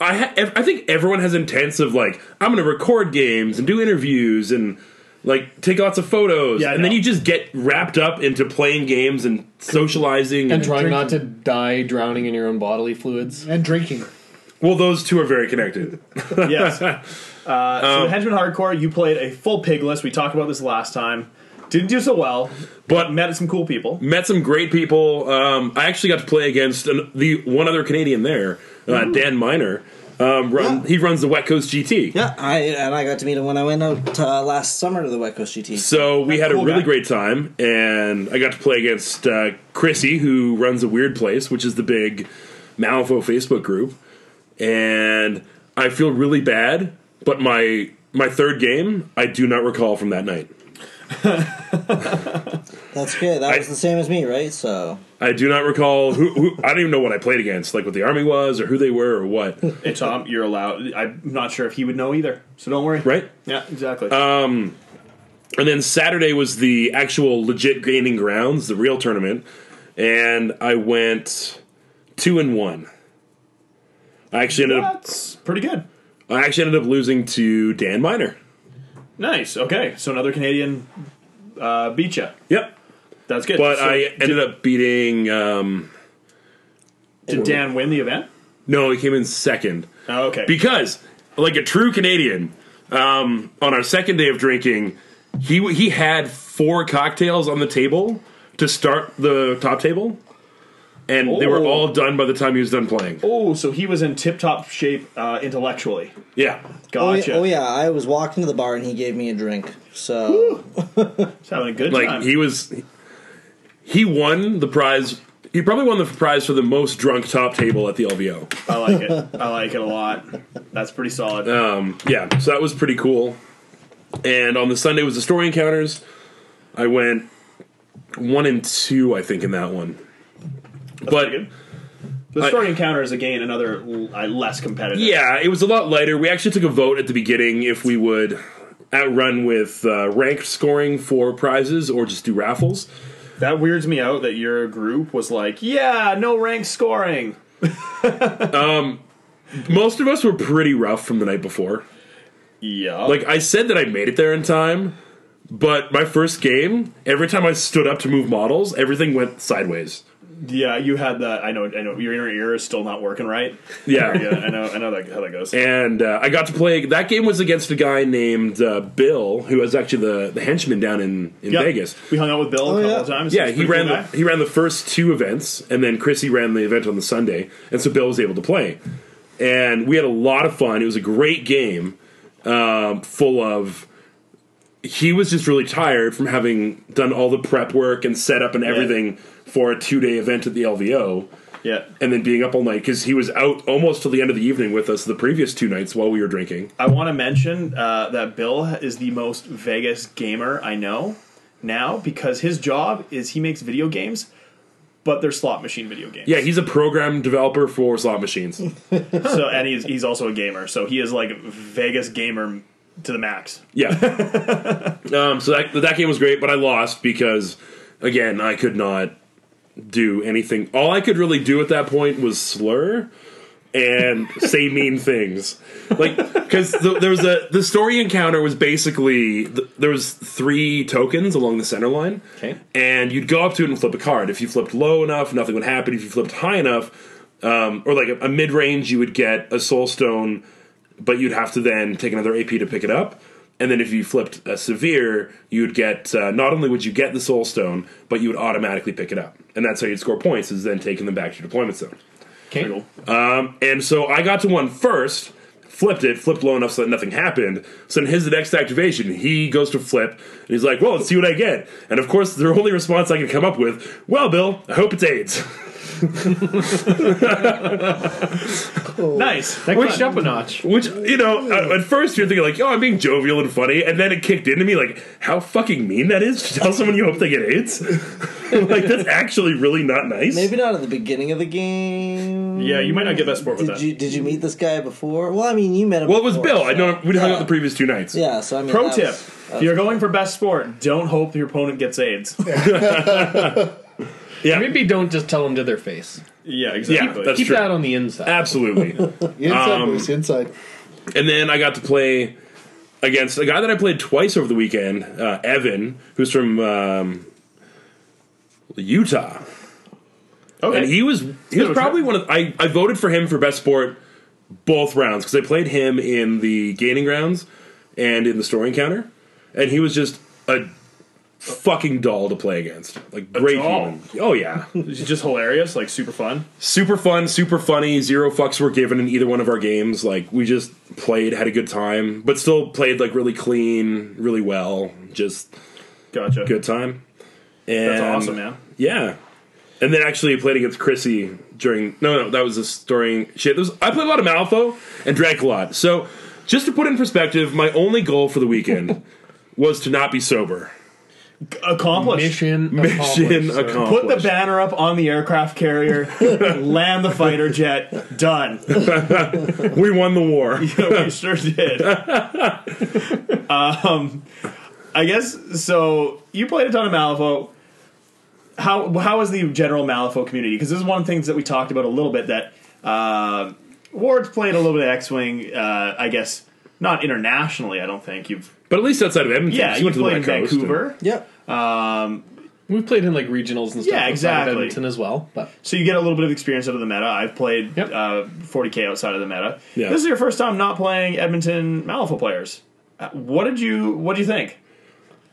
I ha- ev- I think everyone has intents of like I'm going to record games and do interviews and like take lots of photos, Yeah, I and then know. you just get wrapped up into playing games and socializing and trying not to die drowning in your own bodily fluids. and drinking. Well, those two are very connected. yes. Uh, Um, so Henchman Hardcore, you played a full pig list. We talked about this last time. Didn't do so well, But- met some cool people. Met some great people. Um, I actually got to play against an, the one other Canadian there, uh, Dan Miner. Um, run, He runs the Wet Coast GT. Yeah, I and I got to meet him when I went out uh, last summer to the West Coast GT. So we had cool a really guy. great time, and I got to play against uh, Chrissy, who runs a Weird Place, which is the big Malifaux Facebook group. And I feel really bad, but my my third game, I do not recall from that night. That's good. That I- was the same as me, right? So I do not recall who, who I don't even know what I played against, like what the army was or who they were or *laughs* what. Hey, Tom, you're allowed. I'm not sure if he would know either, so don't worry. Right? Um, Yeah, exactly. And then Saturday was the actual legit gaining grounds, the real tournament, and I went two and one. I actually ended up That's pretty good. I actually ended up losing to Dan Miner. Nice. Okay, so another Canadian uh, beat you. Yep. That's good. But So I ended up beating um did Dan win the event? no, he came in second. Oh, okay. because like a true Canadian, um, on our second day of drinking, he w- he had four cocktails on the table to start the top table, and they were Oh. all done by the time he was done playing. oh, so he was in tip-top shape uh, intellectually. Yeah, oh, Gotcha. yeah, oh yeah, I was walking to the bar and he gave me a drink. So He's having a good like time. he was, he won the prize. He probably won the prize for the most drunk top table at the LVO. I like it. I like it a lot. That's pretty solid. Um, yeah, so that was pretty cool. And on the Sunday was the story encounters. I went one and two, I think, in that one. but pretty good. The I- story encounter is again another l- uh, less competitive. yeah, it was a lot lighter. We actually took a vote at the beginning if we would outrun with uh, ranked scoring for prizes or just do raffles. that weirds me out that your group was like, yeah, no rank scoring. Most of us were pretty rough from the night before. Yeah, Like I said that I made it there in time, but my first game, every time I stood up to move models, everything went sideways. yeah, you had that. I know, I know. Your inner ear is still not *laughs* working right. Yeah. Yeah, I know, I know that, how that goes. and uh, I got to play. That game was against a guy named uh, Bill, who was actually the, the henchman down in, in Yeah. Vegas. We hung out with Bill a couple Oh, yeah. of times. Yeah, He's a he pretty ran cool the, guy. he ran the first two events, and then Chrissy ran the event on the Sunday, and so Bill was able to play. And we had a lot of fun. It was a great game, um, full of. He was just really tired from having done all the prep work and setup and everything for a two day event at the LVO Yeah, and then being up all night because he was out almost till the end of the evening with us the previous two nights while we were drinking. I want to mention uh, that Bill is the most Vegas gamer I know now because his job is he makes video games, but they're slot machine video games. Yeah, he's a program developer for slot machines. So and he's he's also a gamer, so he is like Vegas gamer to the max. Yeah. um, so that that game was great, but I lost because again I could not do anything. All I could really do at that point was slur and say mean things, like because the, there was a the story encounter was basically th- there was three tokens along the center line. Okay. and you'd go up to it and flip a card. If you flipped low enough, nothing would happen. If you flipped high enough, um, or like a, a mid range, you would get a soul stone, but you'd have to then take another AP to pick it up. And then if you flipped a severe, you'd get uh, not only would you get the soul stone, but you would automatically pick it up, and that's how you'd score points. Is then taking them back to your deployment zone. Okay. Cool. And so I got to one first, flipped it, flipped low enough so that nothing happened. So in his next activation, he goes to flip, and he's like, well, let's see what I get. And of course, the only response I can come up with, well, Bill, I hope it's AIDS. *laughs* Nice. That pushed up a notch. Which, you know, at- at first you're thinking like, oh, I'm being jovial and funny, and then it kicked into me like, how fucking mean that is to tell someone you hope they get AIDS? *laughs* like, that's actually really not nice. maybe not at the beginning of the game. Yeah, you might not get that sport with Did that. you did you meet this guy before? Well, I mean, you met him. Well, it was before, Bill. I so- know we'd hung yeah. out the previous two nights. Yeah, so I mean, Pro that tip: was- If you're going for best sport, don't hope your opponent gets AIDS. Yeah. Maybe don't just tell them to their face. Yeah, exactly. that's Keep true. that on the inside. *laughs* Absolutely. Inside, Um, boys, inside. And then I got to play against a guy that I played twice over the weekend, uh, Evan, who's from um, Utah, okay. and he was he was was probably one of I I voted for him for best sport both rounds because I played him in the gaining rounds and in the story encounter, and he was just a fucking doll to play against, like great doll? human. Oh yeah, It's just hilarious, like super fun. super fun, super funny. Zero fucks were given in either one of our games. Like we just played, had a good time, but still played like really clean, really well. Just Gotcha. good time. And That's awesome, man. Yeah. And then actually played against Chrissy during no no that was a story shit. There was, I played a lot of Malfo and drank a lot. So just to put in perspective, my only goal for the *laughs* weekend was to not be sober. Accomplished. Mission, Mission *laughs* accomplished, sir. accomplished. Put the banner up on the aircraft *laughs* carrier. land the fighter jet. Done. *laughs* we won the war. we sure did. um, I guess so. You played a ton of Malifaux. How how is the general Malifaux community? Because this is one of the things that we talked about a little bit. That uh, Ward's played a little bit of X Wing. Uh, I guess not internationally. I don't think you've. But at least outside of Edmonton, Yeah, 'cause you went to the played in West Coast and- Vancouver, Yeah. We've played in like regionals and stuff. Yeah, outside of exactly. Edmonton as well, but so you get a little bit of experience out of the meta. I've played Yep. uh, 40k outside of the meta. Yeah. This is your first time not playing Edmonton Malifaux players. Uh, What did you What do you think?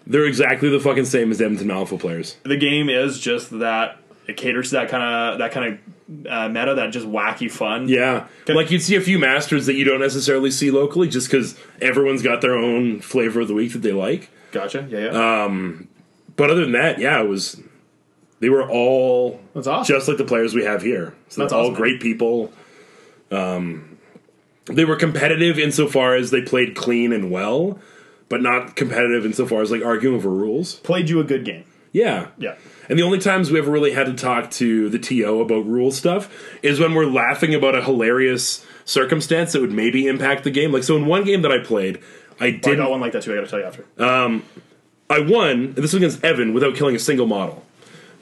They're exactly the fucking same as Edmonton Alpha players. the game is just that it caters to that kind of that kind of uh, meta, that just wacky fun. Yeah. Okay. Like you'd see a few masters that you don't necessarily see locally just because everyone's got their own flavor of the week that they like. gotcha. Yeah, yeah. Uh, But other than that, yeah, it was. They were all That's awesome. just like the players we have here. So That's they're all awesome. great people. Um, they were competitive insofar as they played clean and well, but not competitive insofar as like arguing over rules. Played you a good game. Yeah. Yeah, And the only times we ever really had to talk to the TO about rule stuff is when we're laughing about a hilarious circumstance that would maybe impact the game. Like, so in one game that I played, I I did got I, one like that too. I got to tell you after. Uh, won, and this was against Evan without killing a single model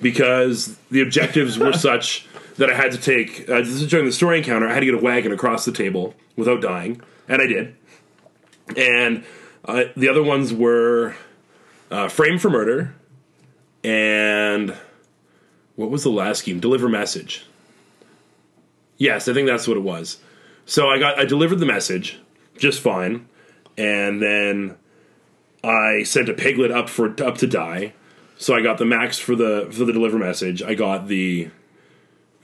because the objectives were such that I had to take. Uh, this is during the story encounter. I had to get a wagon across the table without dying, and I did. And uh, the other ones were uh, Frame for Murder and what was the last game? Deliver Message. Yes, I think that's what it was. So I got I delivered the message just fine, and then I sent a piglet up for up to die. So I got the max for the for the deliver message. I got the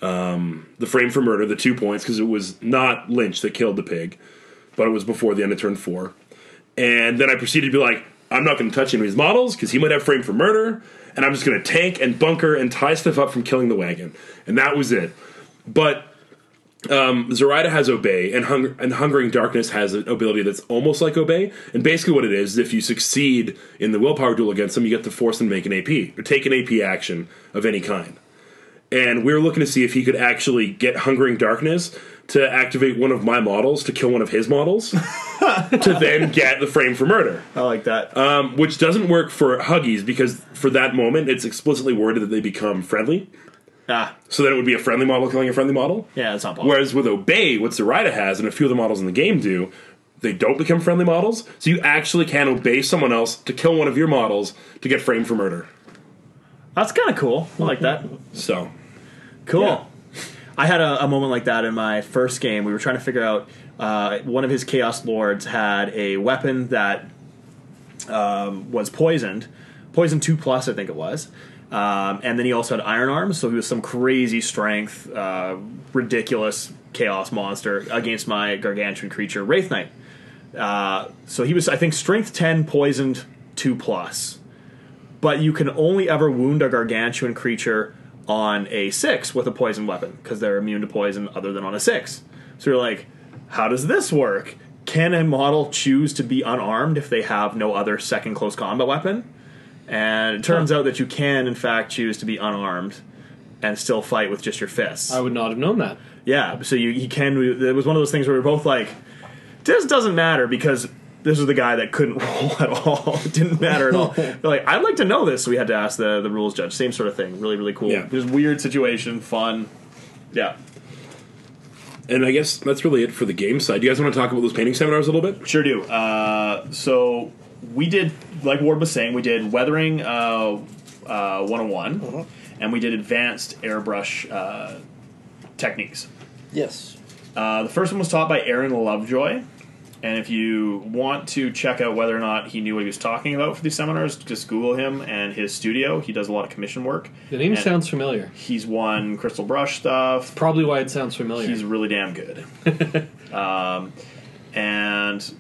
um, the frame for murder, the two points because it was not Lynch that killed the pig, but it was before the end of turn four. And then I proceeded to be like, I'm not going to touch any of his models because he might have frame for murder, and I'm just going to tank and bunker and tie stuff up from killing the wagon. And that was it. But um, Zoraida has Obey, and, Hung- and Hungering Darkness has an ability that's almost like Obey. And basically, what it is, is if you succeed in the willpower duel against them, you get to force them to make an AP or take an AP action of any kind. And we were looking to see if he could actually get Hungering Darkness to activate one of my models to kill one of his models *laughs* to then get the frame for murder I like that. um, which doesn't work for Huggies because for that moment it's explicitly worded that they become friendly. ah, So then it would be a friendly model killing a friendly model. yeah, that's not possible. Whereas with Obey, what Zoraida has and a few of the models in the game do, they don't become friendly models. So you actually can obey someone else to kill one of your models to get framed for murder. That's kind of cool. I like that. So Cool. Yeah. I had a, a moment like that in my first game. We were trying to figure out uh, one of his Chaos Lords had a weapon that um, was poisoned, poison two plus, I think it was. Um, and then he also had Iron Arms, so he was some crazy strength, uh, ridiculous Chaos monster against my gargantuan creature, Wraith Knight. Uh, so he was, I think, strength 10, poisoned two plus but you can only ever wound a gargantuan creature on a six with a poison weapon because they're immune to poison other than on a six. So you're like, how does this work? Can a model choose to be unarmed if they have no other second close combat weapon? And it turns out that you can, in fact, choose to be unarmed and still fight with just your fists. I would not have known that. Yeah, so you he can. It was one of those things where we were both like, this doesn't matter because this was the guy that couldn't *laughs* roll at all. it didn't matter *laughs* at all. They're like, I'd like to know this. So we had to ask the the rules judge. Same sort of thing. Really, really cool. Yeah. Just weird situation, fun. Yeah. And I guess that's really it for the game side. You guys want to talk about those painting seminars a little bit? Sure do. Uh, so we did, like Ward was saying, we did weathering uh, uh, 101, and we did advanced airbrush uh, techniques. Yes. Uh, the first one was taught by Aaron Lovejoy. And if you want to check out whether or not he knew what he was talking about for these seminars, just Google him and his studio. He does a lot of commission work. The name And sounds familiar. He's won Crystal Brush stuff. Probably why it sounds familiar. He's really damn *laughs* good. um, and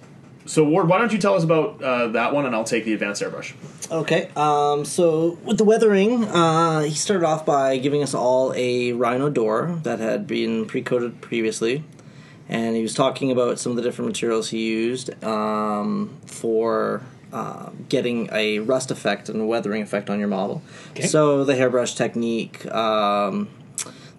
so, Ward, why don't you tell us about uh, that one, and I'll take the advanced airbrush. Okay. Um, so with the weathering, uh, he started off by giving us all a rhino door that had been pre-coated previously, and he was talking about some of the different materials he used um, for uh, getting a rust effect and weathering effect on your model. Okay. So the hairbrush technique. Um,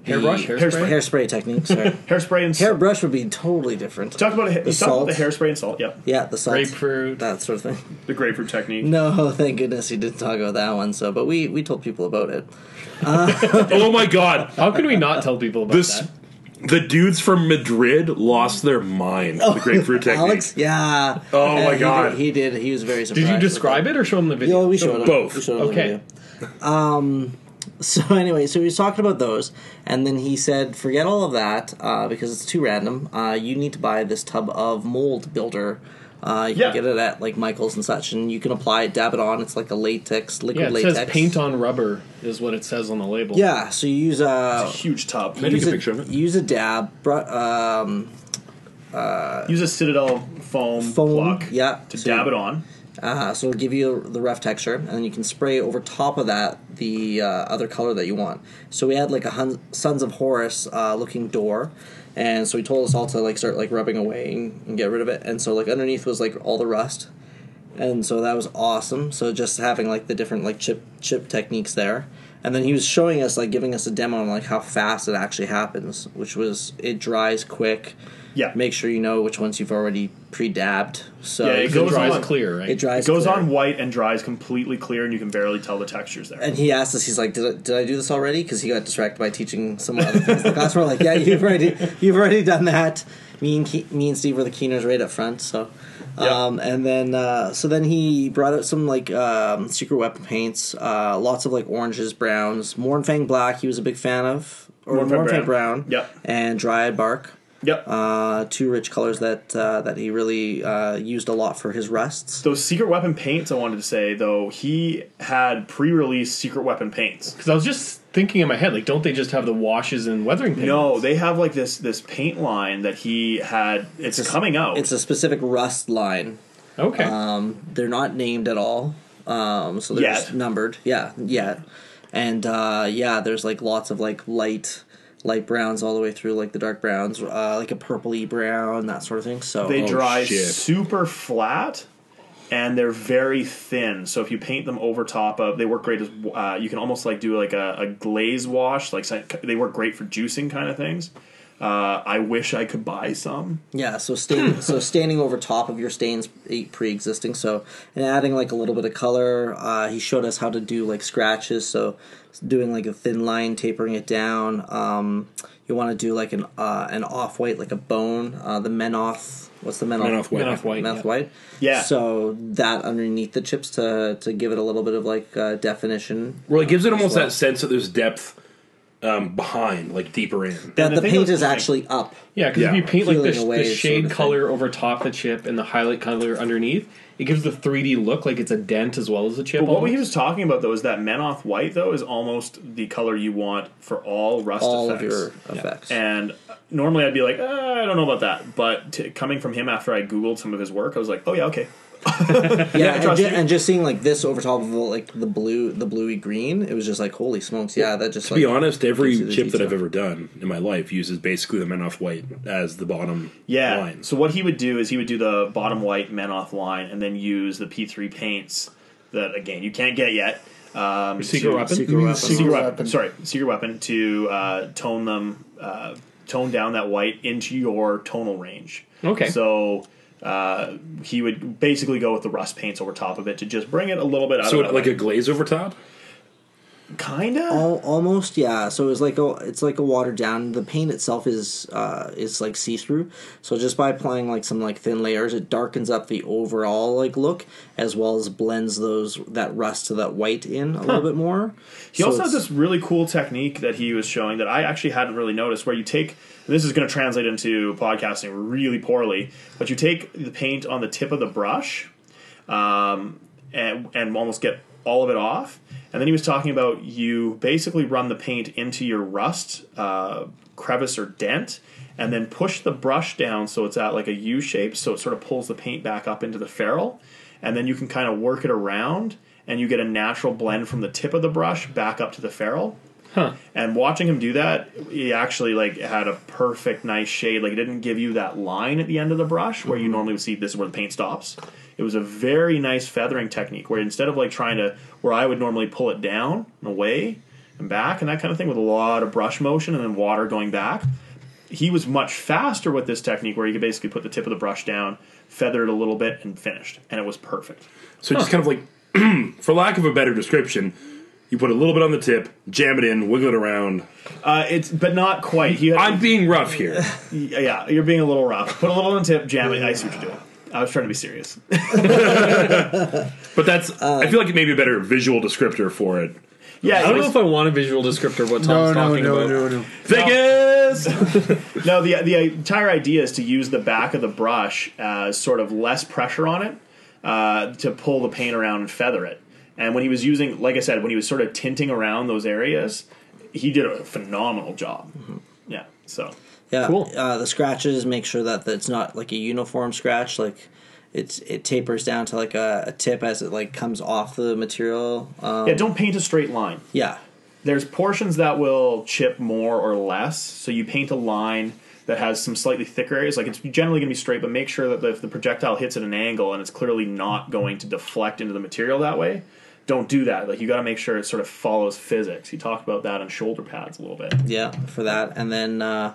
the Hairbrush? Hairspray? hairspray *laughs* technique. Sorry, Hairspray and salt. hairbrush would be totally different. Talked about, ha- The you talked about the salt. hairspray and salt. Yep, Yeah, the salt, Grapefruit. that sort of thing. the grapefruit technique. No, *laughs* thank goodness he didn't talk about that one. So, but we we told people about it. *laughs* oh my god. How can we not tell people about This that? the dudes from Madrid lost their mind. with the grapefruit technique. Oh, *laughs* Alex, yeah. Oh my he God. did- he did. He was very surprised. Did you describe it or show them the video? Yeah, we showed him. Both. We showed him the Okay. video. So *laughs* anyway, so he was talking about those, and then he said, "Forget all of that uh, because it's too random. Uh, you need to buy this tub of mold builder. Uh, you Yeah. can get it at like Michaels and such, and you can apply it, dab it on. It's like a latex, Yeah, liquid it latex. says paint on rubber is what it says on the label. Yeah, so you use a Huge tub. I take use a picture of it? Use a dab. bru- Um, Use a Citadel foam, Foam, block yeah. to So- dab it on. Uh, so it'll give you the rough texture, and then you can spray over top of that the uh, other color that you want. So we had like a hun- Sons of Horus uh, looking door, and so he told us all to like start like rubbing away and, and get rid of it. And so like underneath was like all the rust, and so that was awesome. So just having like the different like chip chip techniques there, and then he was showing us like giving us a demo on like how fast it actually happens, which was it dries quick. Yeah. Make sure you know which ones you've already pre-dabbed. So Yeah, it It goes dries on. clear, right? it dries. It goes clear. on white and dries completely clear, and you can barely tell the textures there. And he asked us, he's like, "Did I, did I do this already?" Because he got distracted by teaching some other things in the class. We're like, *laughs* "Yeah, you've already you've already done that." Me and Ke- me and Steve were the keeners right up front. So, Yeah. um, and then uh, so then he brought out some like um, secret weapon paints, uh, lots of like oranges, browns, Mornfang black. He was a big fan of or Mornfang Mornfang, brown. brown. Yep. and Dryad bark. Yep. Uh, two rich colors that uh, that he really uh, used a lot for his rusts. Those secret weapon paints, I wanted to say though, he had pre-release secret weapon paints. Because I was just thinking in my head, like, don't they just have the washes and weathering paint? No, they have like this this paint line that he had. It's, coming out. It's a specific rust line. Okay. Um, they're not named at all, um, so they're Yet. just numbered. Yeah, yeah, and uh, yeah, there's like lots of like light, light browns all the way through like the dark browns, uh, like a purpley brown, that sort of thing. So they oh, dry shit. super flat, and they're very thin. So if you paint them over top of, they work great as uh, you can almost like do like a, a glaze wash. Like si- they work great for juicing kind of things. Uh, I wish I could buy some. Yeah, *clears throat* so stain, so standing over top of your stains eh, pre-existing, so and adding like a little bit of color. Uh, he showed us how to do like scratches, so doing like a thin line, tapering it down. Um, you want to do like an uh, an off white, like a bone. Uh, the menoth, what's the menoth? Menoth white. Menoth white, Menoth yeah. white. Yeah. So that underneath the chips to to give it a little bit of like uh, definition. Well, it gives it almost well. that sense that there's depth um, behind, like deeper in. That the the thing paint that's is like- actually up. yeah, because Yeah. if you paint like the, Peeling away the sort shade of thing. color over top the chip and the highlight color underneath, it gives the 3D look like it's a dent as well as a chip. But what he almost. was talking about though is that Menoth White though is almost the color you want for all rust All effects. of your effects. And normally I'd be like, "Uh, I don't know about that, but t- coming from him after I googled some of his work, I was like, oh yeah, okay, yeah, and, trust ju- you. and just seeing like this over top of like the blue, the bluey green, it was just like holy smokes, yeah, that just To like, be honest, every gives you the chip that detail. I've ever done in my life uses basically the Menoth White as the bottom yeah. line. So what he would do is he would do the bottom white Menoth line and then use the P3 paints that again you can't get yet. Um, Secret to- weapon? You mean the secret secret weapon. weapon. Sorry, secret weapon to uh, tone them, uh, tone down that white into your tonal range. Okay. So uh, he would basically go with the rust paints over top of it to just bring it a little bit out. so of it, that like a white. glaze over top? Kinda. Al- almost, yeah. So it's like a it's like a watered down. The paint itself is uh, is like see through. So just by applying like some like thin layers, it darkens up the overall like look as well as blends those that rust to that white in a little bit more. He So also has it's- this really cool technique that he was showing that I actually hadn't really noticed, where you take and this is going to translate into podcasting really poorly, but you take the paint on the tip of the brush, um, and and almost get all of it off. And then he was talking about you basically run the paint into your rust uh, crevice or dent, and then push the brush down so it's at like a U shape, so it sort of pulls the paint back up into the ferrule, and then you can kind of work it around, and you get a natural blend from the tip of the brush back up to the ferrule. And watching him do that, he actually like had a perfect nice shade. Like it didn't give you that line at the end of the brush where you normally would see this is where the paint stops. It was a very nice feathering technique where instead of like trying to where I would normally pull it down and away and back and that kind of thing with a lot of brush motion and then water going back. He was much faster with this technique where he could basically put the tip of the brush down, feather it a little bit, and finished. And it was perfect. So just kind of like, *clears throat* for lack of a better description, you put a little bit on the tip, jam it in, wiggle it around. Uh, it's but not quite. He had I'm being rough here. Yeah, you're being a little rough. *laughs* Put a little on the tip, jam it. I see what you're doing. I was trying to be serious. *laughs* But that's, I feel like it may be a better visual descriptor for it. Yeah, I don't it know was- if I want a visual descriptor of what No, Tom's no, talking no, about. no, no. Vegas! no. The the entire idea is to use the back of the brush as sort of less pressure on it uh, to pull the paint around and feather it. And when he was using, like I said, when he was sort of tinting around those areas, he did a phenomenal job. Yeah. So Yeah, Cool. uh, the scratches make sure that it's not like a uniform scratch. Like it's it tapers down to like a, a tip as it like comes off the material. Um, yeah, don't paint a straight line. yeah, there's portions that will chip more or less. So you paint a line that has some slightly thicker areas. Like it's generally going to be straight, but make sure that if the projectile hits at an angle and it's clearly not going to deflect into the material that way, don't do that. Like you got to make sure it sort of follows physics. He talked about that on shoulder pads a little bit. yeah, for that. And then uh,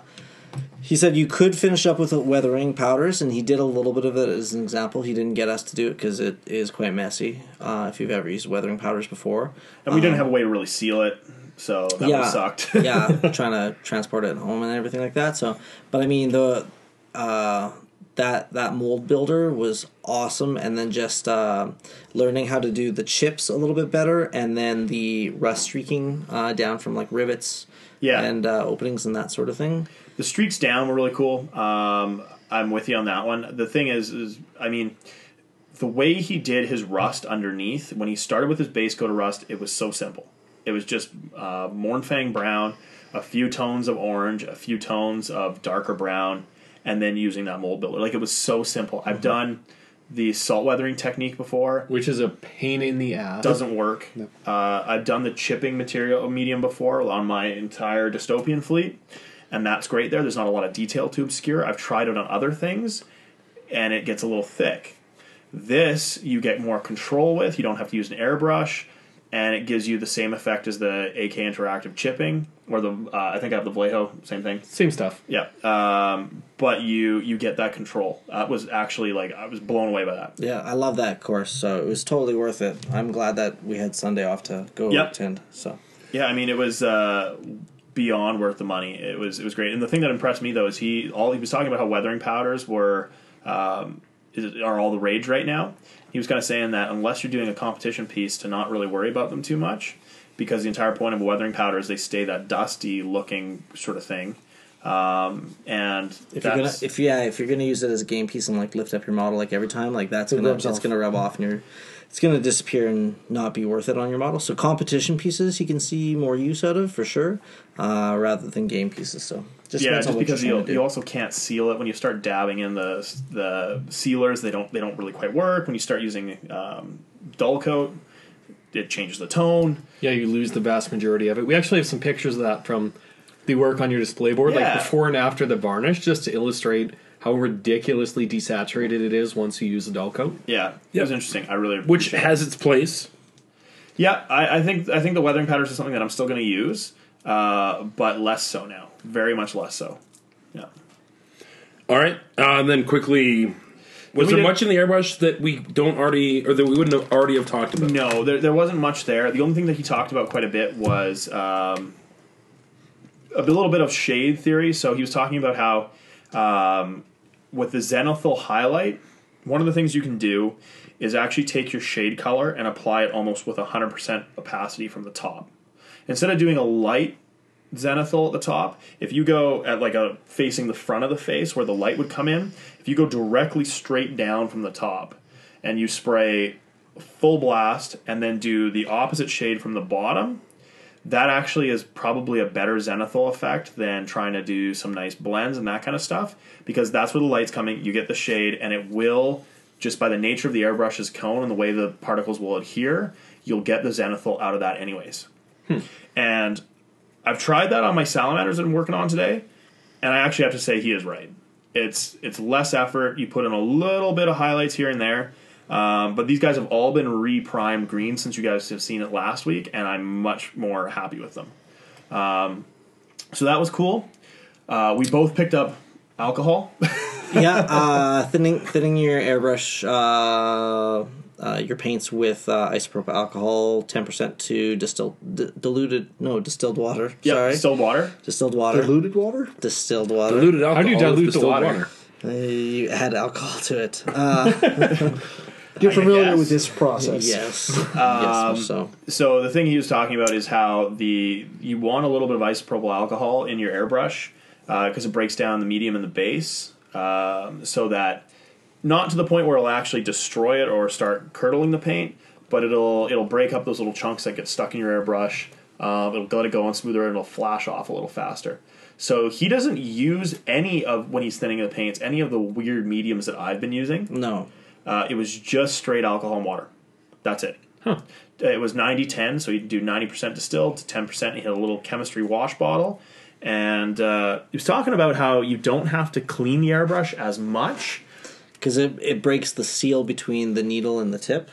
he said you could finish up with weathering powders, and he did a little bit of it as an example. He didn't get us to do it because it is quite messy. Uh, if you've ever used weathering powders before, And we didn't have a way to really seal it, so that would have sucked. Uh-huh. *laughs* *laughs* yeah, trying to transport it home and everything like that. So, but I mean the uh, that that mold builder was awesome, and then just uh, learning how to do the chips a little bit better, and then the rust streaking uh, down from like rivets, Yeah. and uh, openings and that sort of thing. the streaks down were really cool. Um, I'm with you on that one. The thing is, is I mean, the way he did his rust underneath when he started with his base coat of rust, it was so simple. It was just uh, Mornfang brown, a few tones of orange, a few tones of darker brown, and then using that mold builder. Like it was so simple. I've done the salt weathering technique before Which is a pain in the ass. doesn't work. Uh, I've done the chipping material medium before on my entire dystopian fleet, and that's great there. There's not a lot of detail to obscure. I've tried it on other things, and it gets a little thick. This you get more control with. You don't have to use an airbrush, and it gives you the same effect as the AK interactive chipping or the uh, I think I have the Vallejo, same thing. Same stuff. Yeah, um, but you you get that control. That was actually like I was blown away by that. Yeah, I love that course. So it was totally worth it. I'm glad that we had Sunday off to go Yep. attend. So Yeah, I mean it was uh, beyond worth the money. It was it was great. And the thing that impressed me though is he all he was talking about how weathering powders were um, is, are all the rage right now. He was kind of saying that unless you're doing a competition piece, to not really worry about them too much, because the entire point of a weathering powder is they stay that dusty looking sort of thing. Um, and if you're gonna that's, if yeah if you're gonna use it as a game piece and like lift up your model like every time like that's gonna rubs it's off. gonna rub off and you're it's gonna disappear and not be worth it on your model so competition pieces you can see more use out of for sure uh, rather than game pieces so just yeah, depends on just what because you're you, trying to you do. also can't seal it when you start dabbing in the the sealers. They don't they don't really quite work when you start using um, dull coat. It changes the tone. Yeah, you lose the vast majority of it. We actually have some pictures of that from the work on your display board, Yeah. like before and after the varnish, just to illustrate how ridiculously desaturated it is once you use a dull coat. Yeah, it was interesting. I really Which appreciate it. has its place. yeah, I, I think I think the weathering patterns is something that I'm still going to use, uh, but less so now. Very much less so. Yeah. All right. Uh, and then quickly, Was We there did- much in the airbrush that we don't already, or that we wouldn't have already have talked about? No, there, there wasn't much there. The only thing that he talked about quite a bit was um, a little bit of shade theory. So he was talking about how um, with the zenithal highlight, one of the things you can do is actually take your shade color and apply it almost with 100% opacity from the top. Instead of doing a light zenithal at the top, if you go at like a facing the front of the face where the light would come in, if you go directly straight down from the top and you spray full blast and then do the opposite shade from the bottom, that actually is probably a better zenithal effect than trying to do some nice blends and that kind of stuff because that's where the light's coming, you get the shade, and it will, just by the nature of the airbrush's cone and the way the particles will adhere, you'll get the zenithal out of that anyways. And I've tried that on my salamanders that I'm working on today, and I actually have to say he is right. It's it's less effort. You put in a little bit of highlights here and there, um, but these guys have all been reprimed green since you guys have seen it last week, and I'm much more happy with them. Um, so that was cool. Uh, we both picked up alcohol. *laughs* yeah, uh, thinning thinning your airbrush uh, uh, your paints with uh, isopropyl alcohol, ten percent to distilled d- diluted no distilled water. yep, sorry, still water. distilled water, Diluted water? distilled water. Diluted alcohol. How do you dilute is the distilled water? Uh, you add alcohol to it. Uh, You're familiar guess. with this process. yes, Um, yes, much so So the thing he was talking about is how the you want a little bit of isopropyl alcohol in your airbrush because it breaks down the medium and the base, um, so that not to the point where it'll actually destroy it or start curdling the paint, but it'll it'll break up those little chunks that get stuck in your airbrush. Um, it'll let it go on smoother and it'll flash off a little faster. So he doesn't use any of when he's thinning the paints any of the weird mediums that I've been using. no. Uh, it was just straight alcohol and water. That's it. Uh, It was 90 10, so you do 90% distilled to 10%. and You hit a little chemistry wash bottle. And uh, he was talking about how you don't have to clean the airbrush as much. because it, it breaks the seal between the needle and the tip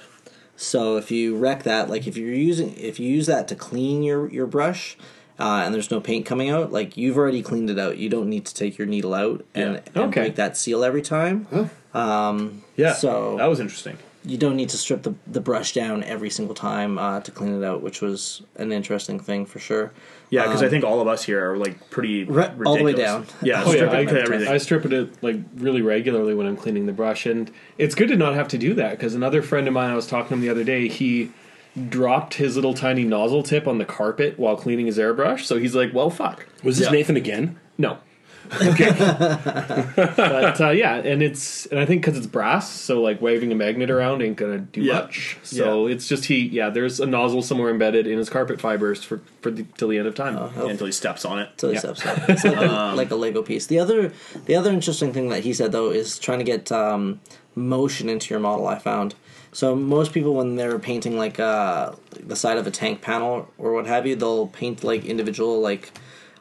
so if you wreck that like if you're using if you use that to clean your your brush uh, and there's no paint coming out like you've already cleaned it out you don't need to take your needle out and, and Okay. break that seal every time um, so that was interesting. you don't need to strip the, the brush down every single time uh, to clean it out which was an interesting thing for sure Yeah, because I think all of us here are like pretty Right- ridiculous. all the way down. Um, Yeah, Oh, yeah, stripping I, to everything. I strip it uh, like really regularly when I'm cleaning the brush, and it's good to not have to do that because another friend of mine I was talking to him the other day, he dropped his little tiny nozzle tip on the carpet while cleaning his airbrush, so he's like, "Well, fuck, Was this Yeah. Nathan again? no." Okay, but uh, yeah, and it's and I think because it's brass, so like waving a magnet around ain't gonna do Yeah. much. So it's just he, yeah. There's a nozzle somewhere embedded in his carpet fibers for for the, till the end of time. Until he steps on it. So it's upside. *laughs* It's like, Um, a, like a Lego piece. The other, the other interesting thing that he said though is trying to get um, motion into your model. I found so most people when they're painting like uh, the side of a tank panel or what have you, they'll paint like individual like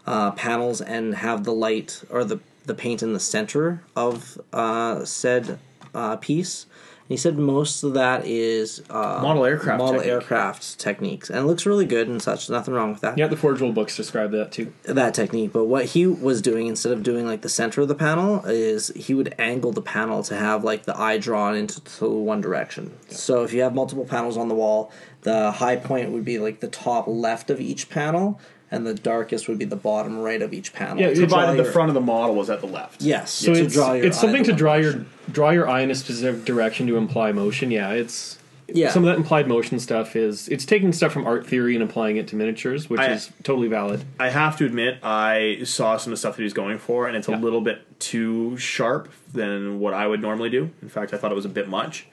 uh, panels and have the light or the the paint in the center of uh, said uh, piece. And he said most of that is uh, Model aircraft model technique. aircraft techniques, and it looks really good and such. Nothing wrong with that Yeah, the Forge rule books describe that too. that technique, but what he was doing instead of doing like the center of the panel is he would angle the panel to have like the eye drawn into to one direction. So if you have multiple panels on the wall, the high point would be like the top left of each panel, and the darkest would be the bottom right of each panel. Yeah, To you draw Provided the your- front of the model was at the left. Yes, So to it's, draw your it's eye something the to one draw direction. your draw your eye in a specific direction to imply motion. Yeah, it's Yeah. Some of that implied motion stuff is it's taking stuff from art theory and applying it to miniatures, which I- is totally valid. I have to admit, I saw some of the stuff that he was going for, and it's a little bit too sharp than what I would normally do. In fact, I thought it was a bit much.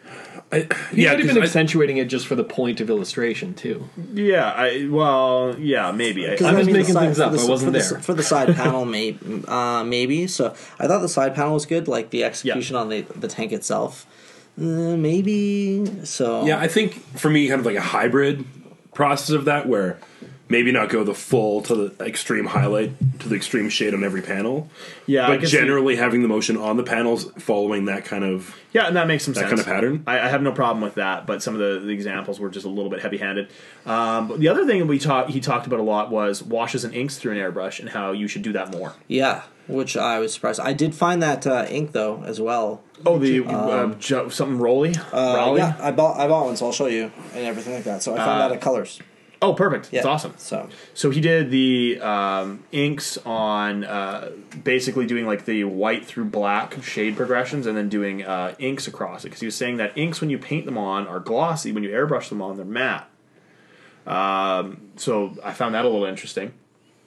I, You might have 'cause been I- accentuating it just for the point of illustration too. Yeah, I well, yeah, maybe. I, 'Cause I'm I just mean, the making side- things for up. the I s- wasn't for the there. s- for the side panel, may, uh, maybe. So I thought the side panel was good, like the execution on the, the tank itself. Uh, maybe so. Yeah, I think for me, kind of like a hybrid process of that, where maybe not go the full to the extreme highlight to the extreme shade on every panel. Yeah, I but can see- generally having the motion on the panels, following that kind of yeah, and that makes some that sense. kind of pattern. I, I have no problem with that, but some of the, the examples were just a little bit heavy-handed. Um, but the other thing we talked he talked about a lot was washes and inks through an airbrush and how you should do that more. Yeah. which I was surprised. I did find that uh, ink though as well. Oh, the um, ju- something Rolly, Uh, Raleigh. Yeah, I bought I bought one, so I'll show you and everything like that. So I found Uh, out at Colors. Oh, perfect. Yeah, It's awesome. So So he did the um, inks on uh, basically doing like the white through black shade progressions and then doing uh, inks across it because he was saying that inks when you paint them on are glossy when you airbrush them on they're matte. Um, so I found that a little interesting.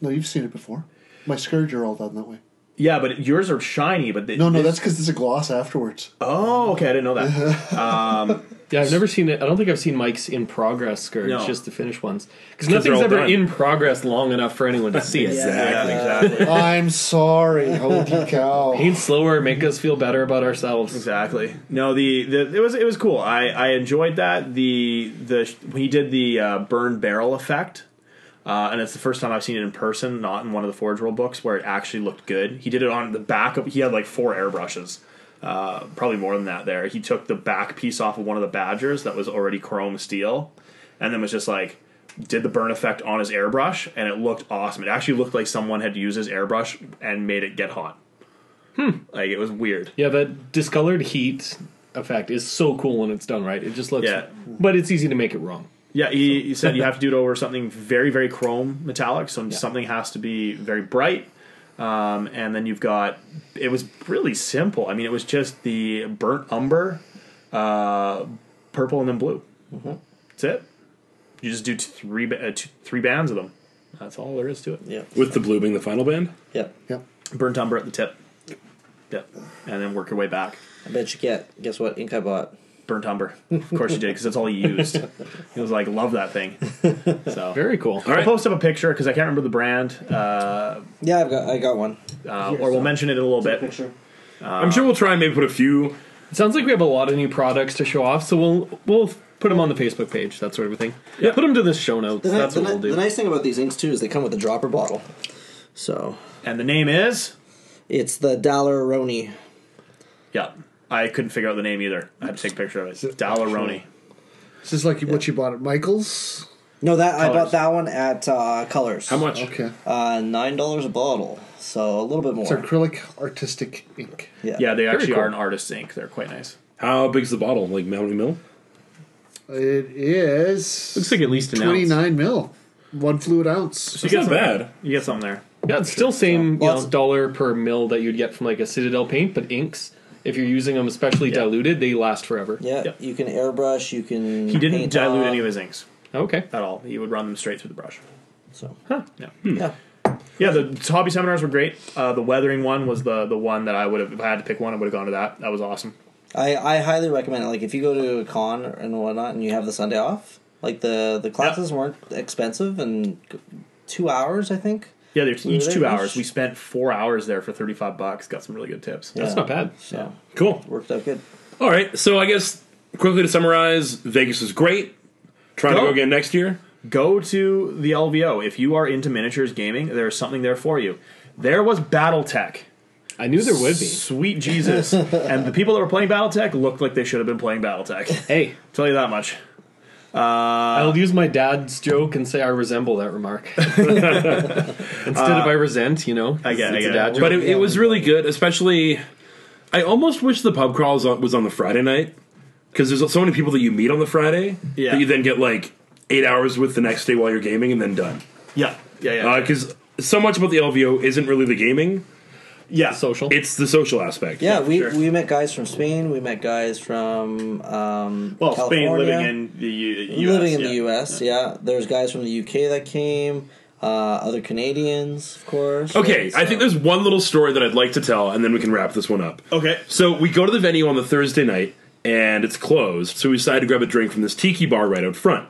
No, you've seen it before. My scourge are all done that way. Yeah, but yours are shiny. But they, No, no, this- that's because it's a gloss afterwards. oh okay. I didn't know that. Yeah, I've never seen it. I don't think I've seen Mike's in progress scourge, No. just the finished ones. Because they're nothing's all ever done. in progress long enough for anyone to see it. exactly. exactly. *laughs* I'm sorry. *laughs* Holy cow. Paint slower, make us feel better about ourselves. Exactly. No, the, the it was it was cool. I, I enjoyed that. The the he did the uh, burn barrel effect, uh, and it's the first time I've seen it in person, not in one of the Forge World books, where it actually looked good. He did it on the back of. He had like four airbrushes, uh, probably more than that. There, he took the back piece off of one of the badgers that was already chrome steel, and then was just like did the burn effect on his airbrush, and it looked awesome. It actually looked like someone had used his airbrush and made it get hot. Hmm. Like it was weird. Yeah, that discolored heat effect is so cool when it's done right. It just looks. Yeah. But it's easy to make it wrong. Yeah, he, *laughs* he said you have to do it over something very, very chrome metallic. So something has to be very bright. Um, and then you've got it was really simple. I mean, it was just the burnt umber, uh, purple, and then blue. Mm-hmm. That's it. You just do t- three ba- uh, two, three bands of them. That's all there is to it. yeah, With the blue being the final band? yeah. Yep. Burnt umber at *laughs* the tip. Yep, and then work your way back. I bet you get. Guess what ink I bought? Burnt umber. Of course you did because that's all he *laughs* used. he was like, love that thing. So. Very cool. All I'll right. post up a picture because I can't remember the brand. Uh, Yeah, I've got I got one. uh, or we'll mention it in a little bit. I'm sure we'll try and maybe put a few. It sounds like we have a lot of new products to show off, so we'll we'll put them on the Facebook page, that sort of a thing. Yeah. Put them to the show notes. The, ni- That's the, what ni- we'll do. the nice thing about these inks too is they come with a dropper bottle. So And the name is it's the Dollar Roni. yeah. I couldn't figure out the name either. I had to take a picture of it. Dallaroni. This is like what you bought at Michael's. No, that I Colours. bought that one at uh, Colors. How much? Okay. Uh, Nine dollars a bottle, so a little bit It's more. acrylic artistic ink. Yeah, they actually cool. are an artist's ink. They're quite nice. How big's the bottle? Like Mountain Mill? It is Looks like at least an ounce. 29 mil, one fluid ounce. It's not something- bad. You get something there. Yeah, it's still same you Lots- know, dollar per mill that you'd get from like a Citadel paint, but inks, if you're using them especially Yeah. diluted, they last forever. Yeah, Yep. you can airbrush. You can. He didn't paint dilute on, any of his inks Okay. at all. He would run them straight through the brush. So Yeah. yeah, Yeah, the hobby seminars were great. Uh, the weathering one was the the one that I would have if I had to pick one, I would have gone to that. That was awesome. I, I highly recommend it. Like if you go to a con and whatnot, and you have the Sunday off, like the the classes weren't expensive and g- two hours I think. Yeah, they're Were each they two nice? hours. We spent four hours there for thirty five bucks. Got some really good tips. That's Yeah. not bad. So Cool. worked out good. All right. So I guess quickly to summarize, Vegas is great. Trying Go. to go again next year. go to the LVO. If you are into miniatures gaming, there's something there for you. There was Battletech. I knew there would be. Sweet Jesus. and the people that were playing Battletech looked like they should have been playing Battletech. Hey, Tell you that much. I'll use my dad's joke and say I resemble that remark. Instead of I resent, you know. I get it, it's I get a dad it. joke. But it, it was really good, especially. I almost wish the pub crawl was on, was on the Friday night because there's so many people that you meet on the Friday Yeah. that you then get like eight hours with the next day while you're gaming and then done. Yeah. Yeah, yeah. Because so much about the LVO isn't really the gaming; yeah. social. it's the social aspect. Yeah, we, sure. we met guys from Spain. We met guys from um, well, California, Spain living in the U- US. living in yeah. the U.S. Yeah. there's guys from the U.K. that came. Uh, other Canadians, of course. Okay, right? I So- think there's one little story that I'd like to tell, and then we can wrap this one up. Okay. So we go to the venue on the Thursday night, and it's closed. So we decide to grab a drink from this tiki bar right out *laughs* front.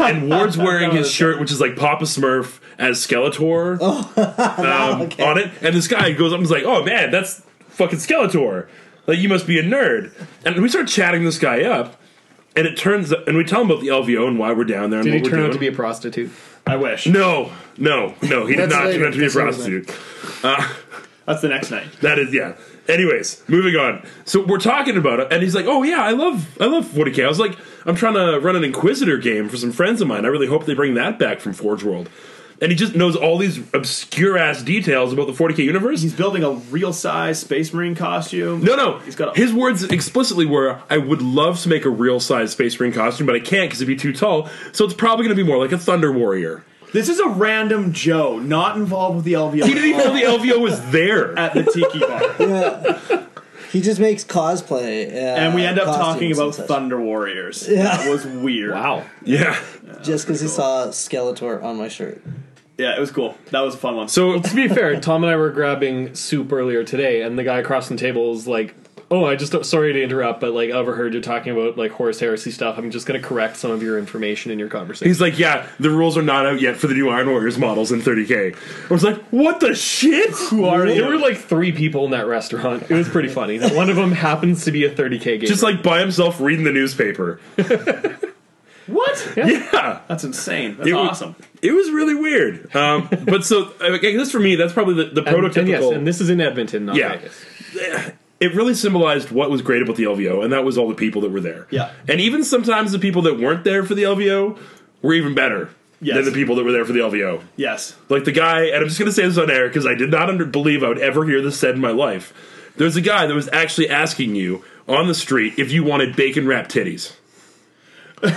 and Ward's wearing his shirt, which is like Papa Smurf as *laughs* Skeletor Oh, um, okay. on it. And this guy goes up and is like, "Oh man, that's fucking Skeletor! Like you must be a nerd." And we start chatting this guy up. And it turns, and we tell him about the LVO and why we're down there. And Did he what we're turn doing. out to be a prostitute? I wish. No, no, no. He did That's not later. turn out to be a That's later. prostitute. That's the next night. That is, yeah. Anyways, moving on. So we're talking about it, and he's like, "Oh yeah, I love, I love 40k." I was like, "I'm trying to run an Inquisitor game for some friends of mine. I really hope they bring that back from Forge World." and he just knows all these obscure ass details about the 40k universe. He's building a real size Space Marine costume. no, no. He's got a- His words explicitly were, "I would love to make a real size Space Marine costume, but I can't because it'd be too tall. So it's probably going to be more like a Thunder Warrior." This is a random Joe, not involved with the LVO. He didn't even know the LVO was *laughs* there. at the tiki bar, Yeah. he just makes cosplay. Uh, and we end up talking costumes and about such. Thunder Warriors. Yeah. That was weird. Wow. Yeah. just because he saw Skeletor on my shirt. Yeah, it was cool. That was a fun one. So To be fair, Tom and I were grabbing soup earlier today, and the guy across the table was like, "Oh, I just sorry to interrupt, but like I overheard you talking about like Horace Heresy stuff. I'm just going to correct some of your information in your conversation." he's like, "Yeah, the rules are not out yet for the new Iron Warriors models in 30k." I was like, "What the shit? *laughs* Who are there were like three people in that restaurant. It was pretty funny. That one of them happens to be a 30k game. Just like by himself reading the newspaper. what? Yeah. That's insane. That's It was- awesome. It was really weird. Um, but so, I guess for me, that's probably the, the and, prototypical. and yes, and this is in Edmonton, not Yeah. Vegas. it really symbolized what was great about the LVO, and that was all the people that were there. Yeah. And even sometimes the people that weren't there for the LVO were even better than Yes. the people that were there for the LVO. Yes. Like the guy, and I'm just going to say this on air because I did not under- believe I would ever hear this said in my life. There's a guy that was actually asking you on the street if you wanted bacon wrapped titties. *laughs*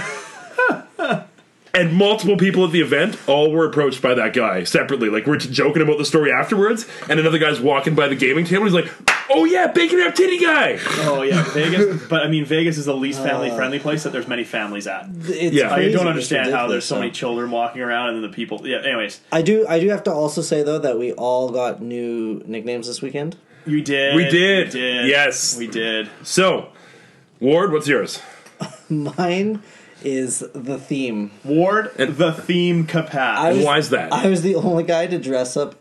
and multiple people at the event all were approached by that guy separately. Like we're joking about the story afterwards, and another guy's walking by the gaming table. And he's like, "Oh yeah, bacon wrapped titty guy." *laughs* Oh yeah, Vegas. *laughs* But I mean, Vegas is the least Uh, family friendly place that there's many families at. It's Yeah. I I crazy. don't It's understand how there's so many ridiculous, children walking around and then the people. Yeah. Anyways, though. I do. I do have to also say though that we all got new nicknames this weekend. you did. We did. We did. Yes. We did. So, Ward, what's yours? Mine is the theme. Ward the theme I capat. was- Why is that? I was the only guy to dress up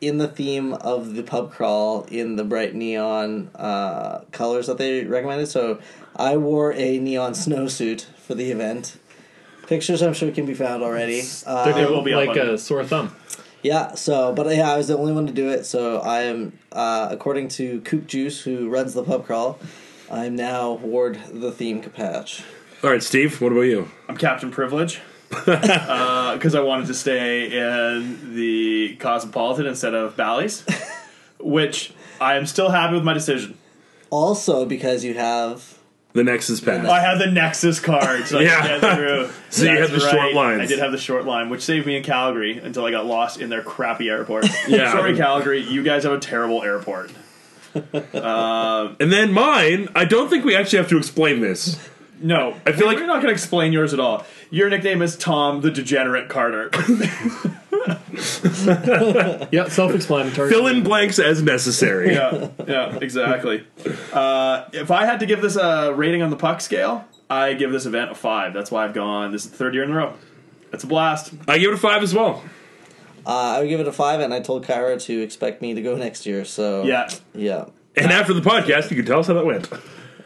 in the theme of the pub crawl in the bright neon uh, colors that they recommended. So I wore a neon snowsuit for the event. Pictures I'm sure can be found already. Uh, They're will be up like on- a sore thumb. yeah, so but yeah, I was the only one to do it. So I am, uh, according to Coop Juice, who runs the pub crawl, I'm now Ward the theme capatch. all right, Steve, what about you? I'm *laughs* Captain Privilege. Because I wanted to stay in the Cosmopolitan instead of *laughs* Bally's, which I am still happy with my decision. Also, because you have The next is Pat. I had the Nexus card, so I Yeah. could get through. *laughs* So you That's had the short lines. I did have the short line, which saved me in Calgary until I got lost in their crappy airport. *laughs* Yeah. Sorry, Calgary, you guys have a terrible airport. And then mine, I don't think we actually have to explain this. No, I feel we're like- we're not going to explain yours at all. Your nickname is Tom the Degenerate Carter. *laughs* Yeah, self-explanatory. Fill in blanks as necessary. yeah, yeah, exactly. Uh, if I had to give this a rating on the puck scale, I give this event a five. That's why I've gone. This is the third year in a row. It's a blast. I give it a five as well. Uh, I would give it a five, and I told Kyra to expect me to go next year. So Yeah. yeah. And after the podcast, you can tell us how that went.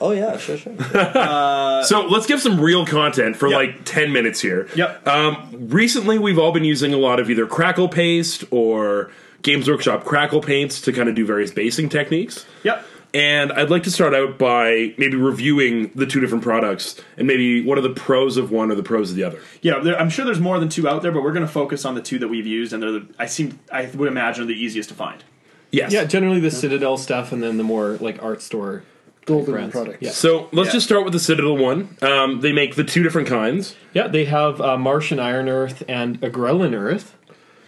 Oh yeah, sure, sure. Uh, So let's give some real content for Yep. like 10 minutes here. Yep. Um, recently, we've all been using a lot of either crackle paste or Games Workshop crackle paints to kind of do various basing techniques. Yep. And I'd like to start out by maybe reviewing the two different products and maybe what are the pros of one or the pros of the other. Yeah, there, I'm sure there's more than two out there, but we're going to focus on the two that we've used, and they're the, I seem I would imagine the easiest to find. Yes. Yeah, generally the Citadel stuff, and then the more like art store Golden brands. products. Yeah. So let's Yeah. just start with the Citadel one. Um, they make the two different kinds. Yeah, they have uh, Martian Iron Earth and Agrellan Earth.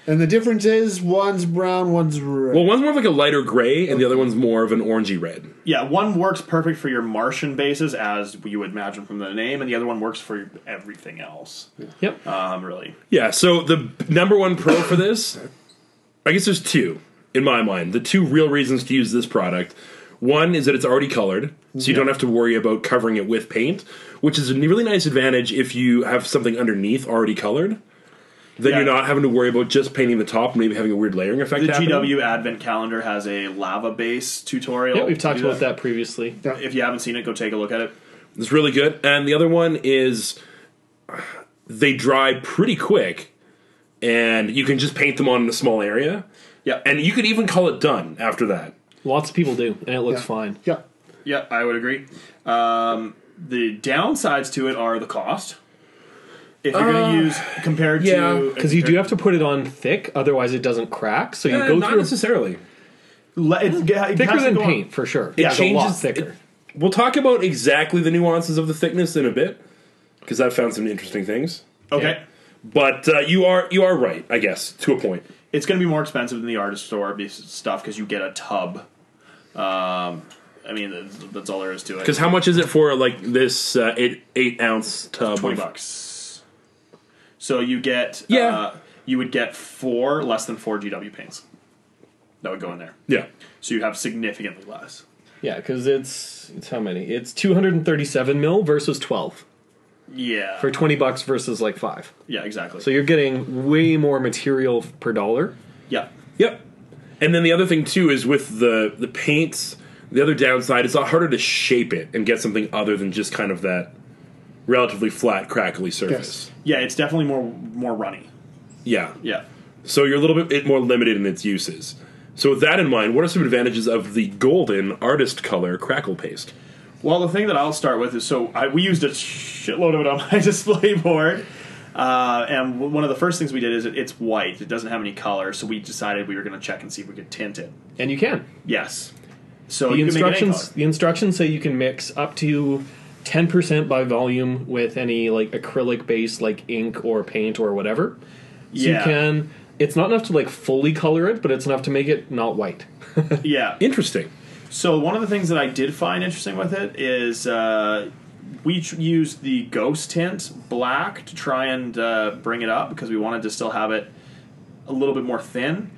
And the difference is one's brown, one's red. Well, one's more of like a lighter gray, and the other one's more of an orangey red. Yeah, one works perfect for your Martian bases, as you would imagine from the name, and the other one works for everything else. Yep. Um, really, Yeah. So the number one pro for this, I guess there's two in my mind. The two real reasons to use this product. One is that it's already colored, so you don't have to worry about covering it with paint, which is a really nice advantage if you have something underneath already colored. Then Yeah. you're not having to worry about just painting the top, maybe having a weird layering effect. the happening. GW Advent Calendar has a lava base tutorial. yeah, we've talked Do about that previously. If you haven't seen it, go take a look at it. It's really good. And the other one is they dry pretty quick and you can just paint them on in a small area. Yeah, And you could even call it done after that. Lots of people do, and it looks Yeah. fine. Yeah. Yeah, I would agree. Um, the downsides to it are the cost. if you're going to use compared Uh, Yeah, to because you do have to put it on thick, otherwise it doesn't crack. So you Eh, go not through necessarily. Le- it, it thicker Uh, has to than go on- paint for sure. Yeah, it's a lot changes- thicker. We'll talk about exactly the nuances of the thickness in a bit because I've found some interesting things. Okay. Yeah. But uh, you are you are right, I guess, to a point. it's going to be more expensive than the artist store be- stuff because you get a tub. Um, I mean, th- that's all there is to it. Because how much is it for like this uh, eight eight ounce tub? twenty of- bucks. So you get Yeah. Uh, you would get four less than four GW paints that would go in there. Yeah. So you have significantly less. Yeah, because it's it's how many? It's 237 mil versus 12 Yeah. for 20 bucks versus like five. yeah. Exactly. So you're getting way more material per dollar. yeah. Yep. And then the other thing too is with the the paints. The other downside is a lot harder to shape it and get something other than just kind of that relatively flat, crackly surface. Yeah. It's definitely more more runny. Yeah. Yeah. So you're a little bit more limited in its uses. So with that in mind, what are some advantages of the golden artist color crackle paste? Well, the thing that I'll start with is so I, we used a shitload of it on *laughs* my display board. Uh, and w- one of the first things we did is it, it's white. It doesn't have any color, so we decided we were going to check and see if we could tint it. And you can. Yes. So The you instructions Can make the instructions say you can mix up to 10% by volume with any like acrylic base like ink or paint or whatever. So any color. yeah. you can it's not enough to like fully color it, but it's enough to make it not white. Yeah. Interesting. So one of the things that I did find interesting with it is uh, we ch- used the ghost tint black to try and uh, bring it up because we wanted to still have it a little bit more thin.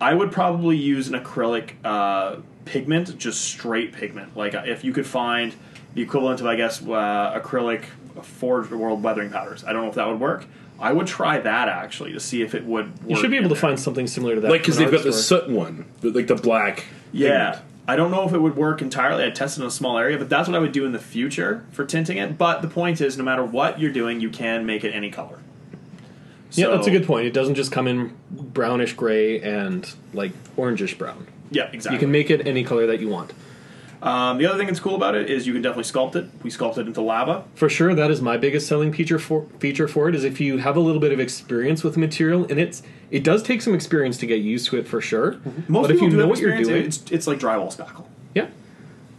I would probably use an acrylic uh, pigment, just straight pigment. Like uh, if you could find the equivalent of, I guess, uh, acrylic forged world weathering powders. I don't know if that would work. I would try that actually to see if it would. Work You should be able in to there. find something similar to that. Like because from an they've got art the store. soot one, the- like the black. Yeah. pigment. I don't know if it would work entirely. I tested in a small area, but that's what I would do in the future for tinting it. But the point is, no matter what you're doing, you can make it any color. Yeah, So- that's a good point. It doesn't just come in brownish gray and like orangish brown. Yeah, exactly. You can make it any color that you want. um, the other thing that's cool about it is you can definitely sculpt it. We sculpted into lava. For sure, that is my biggest selling feature for feature for it is if you have a little bit of experience with the material, and it's it does take some experience to get used to it for sure. Mm-hmm. Most but if people you do know have what you're experience, doing, It's, it's like drywall spackle. yeah.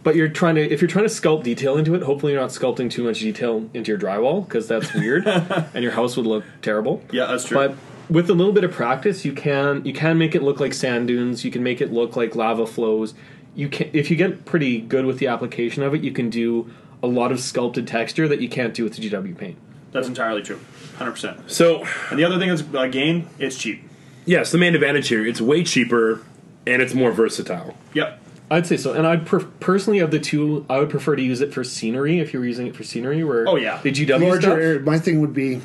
But you're trying to if you're trying to sculpt detail into it, hopefully you're not sculpting too much detail into your drywall because *laughs* that's weird, and your house would look terrible. Yeah, that's true. But with a little bit of practice, you can you can make it look like sand dunes. You can make it look like lava flows. You can if you get pretty good with the application of it, you can do a lot of sculpted texture that you can't do with the GW paint. that's entirely true. 100%. So And the other thing is, again, it's cheap. yes, the main advantage here it's way cheaper and it's more versatile. Yep. I'd say so, and I'd per- personally of the two, I would prefer to use it for scenery if you were using it for scenery. Where Oh, yeah. the GW larger stuff. area, my thing would be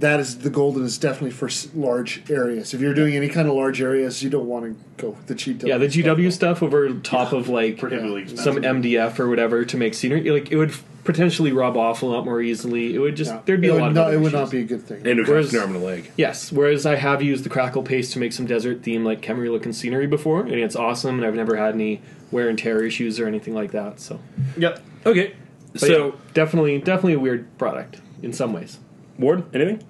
that is the golden is definitely for s- large areas. If you're doing any kind of large areas, you don't want to go with the cheat. Yeah, the GW stuff over top of like Prohibitively some expensive. MDF or whatever to make scenery. Like it would potentially rub off a lot more easily. It would just Yeah. there'd be it a would lot. Not, of it other would not issues. be a good thing. And it costs Whereas- an arm and a leg. Yes, whereas I have used the crackle paste to make some desert theme like Khmer looking scenery before, and it's awesome, and I've never had any wear and tear issues or anything like that. So, Yep. Okay. But so yeah, definitely, definitely a weird product in some ways. Ward, anything?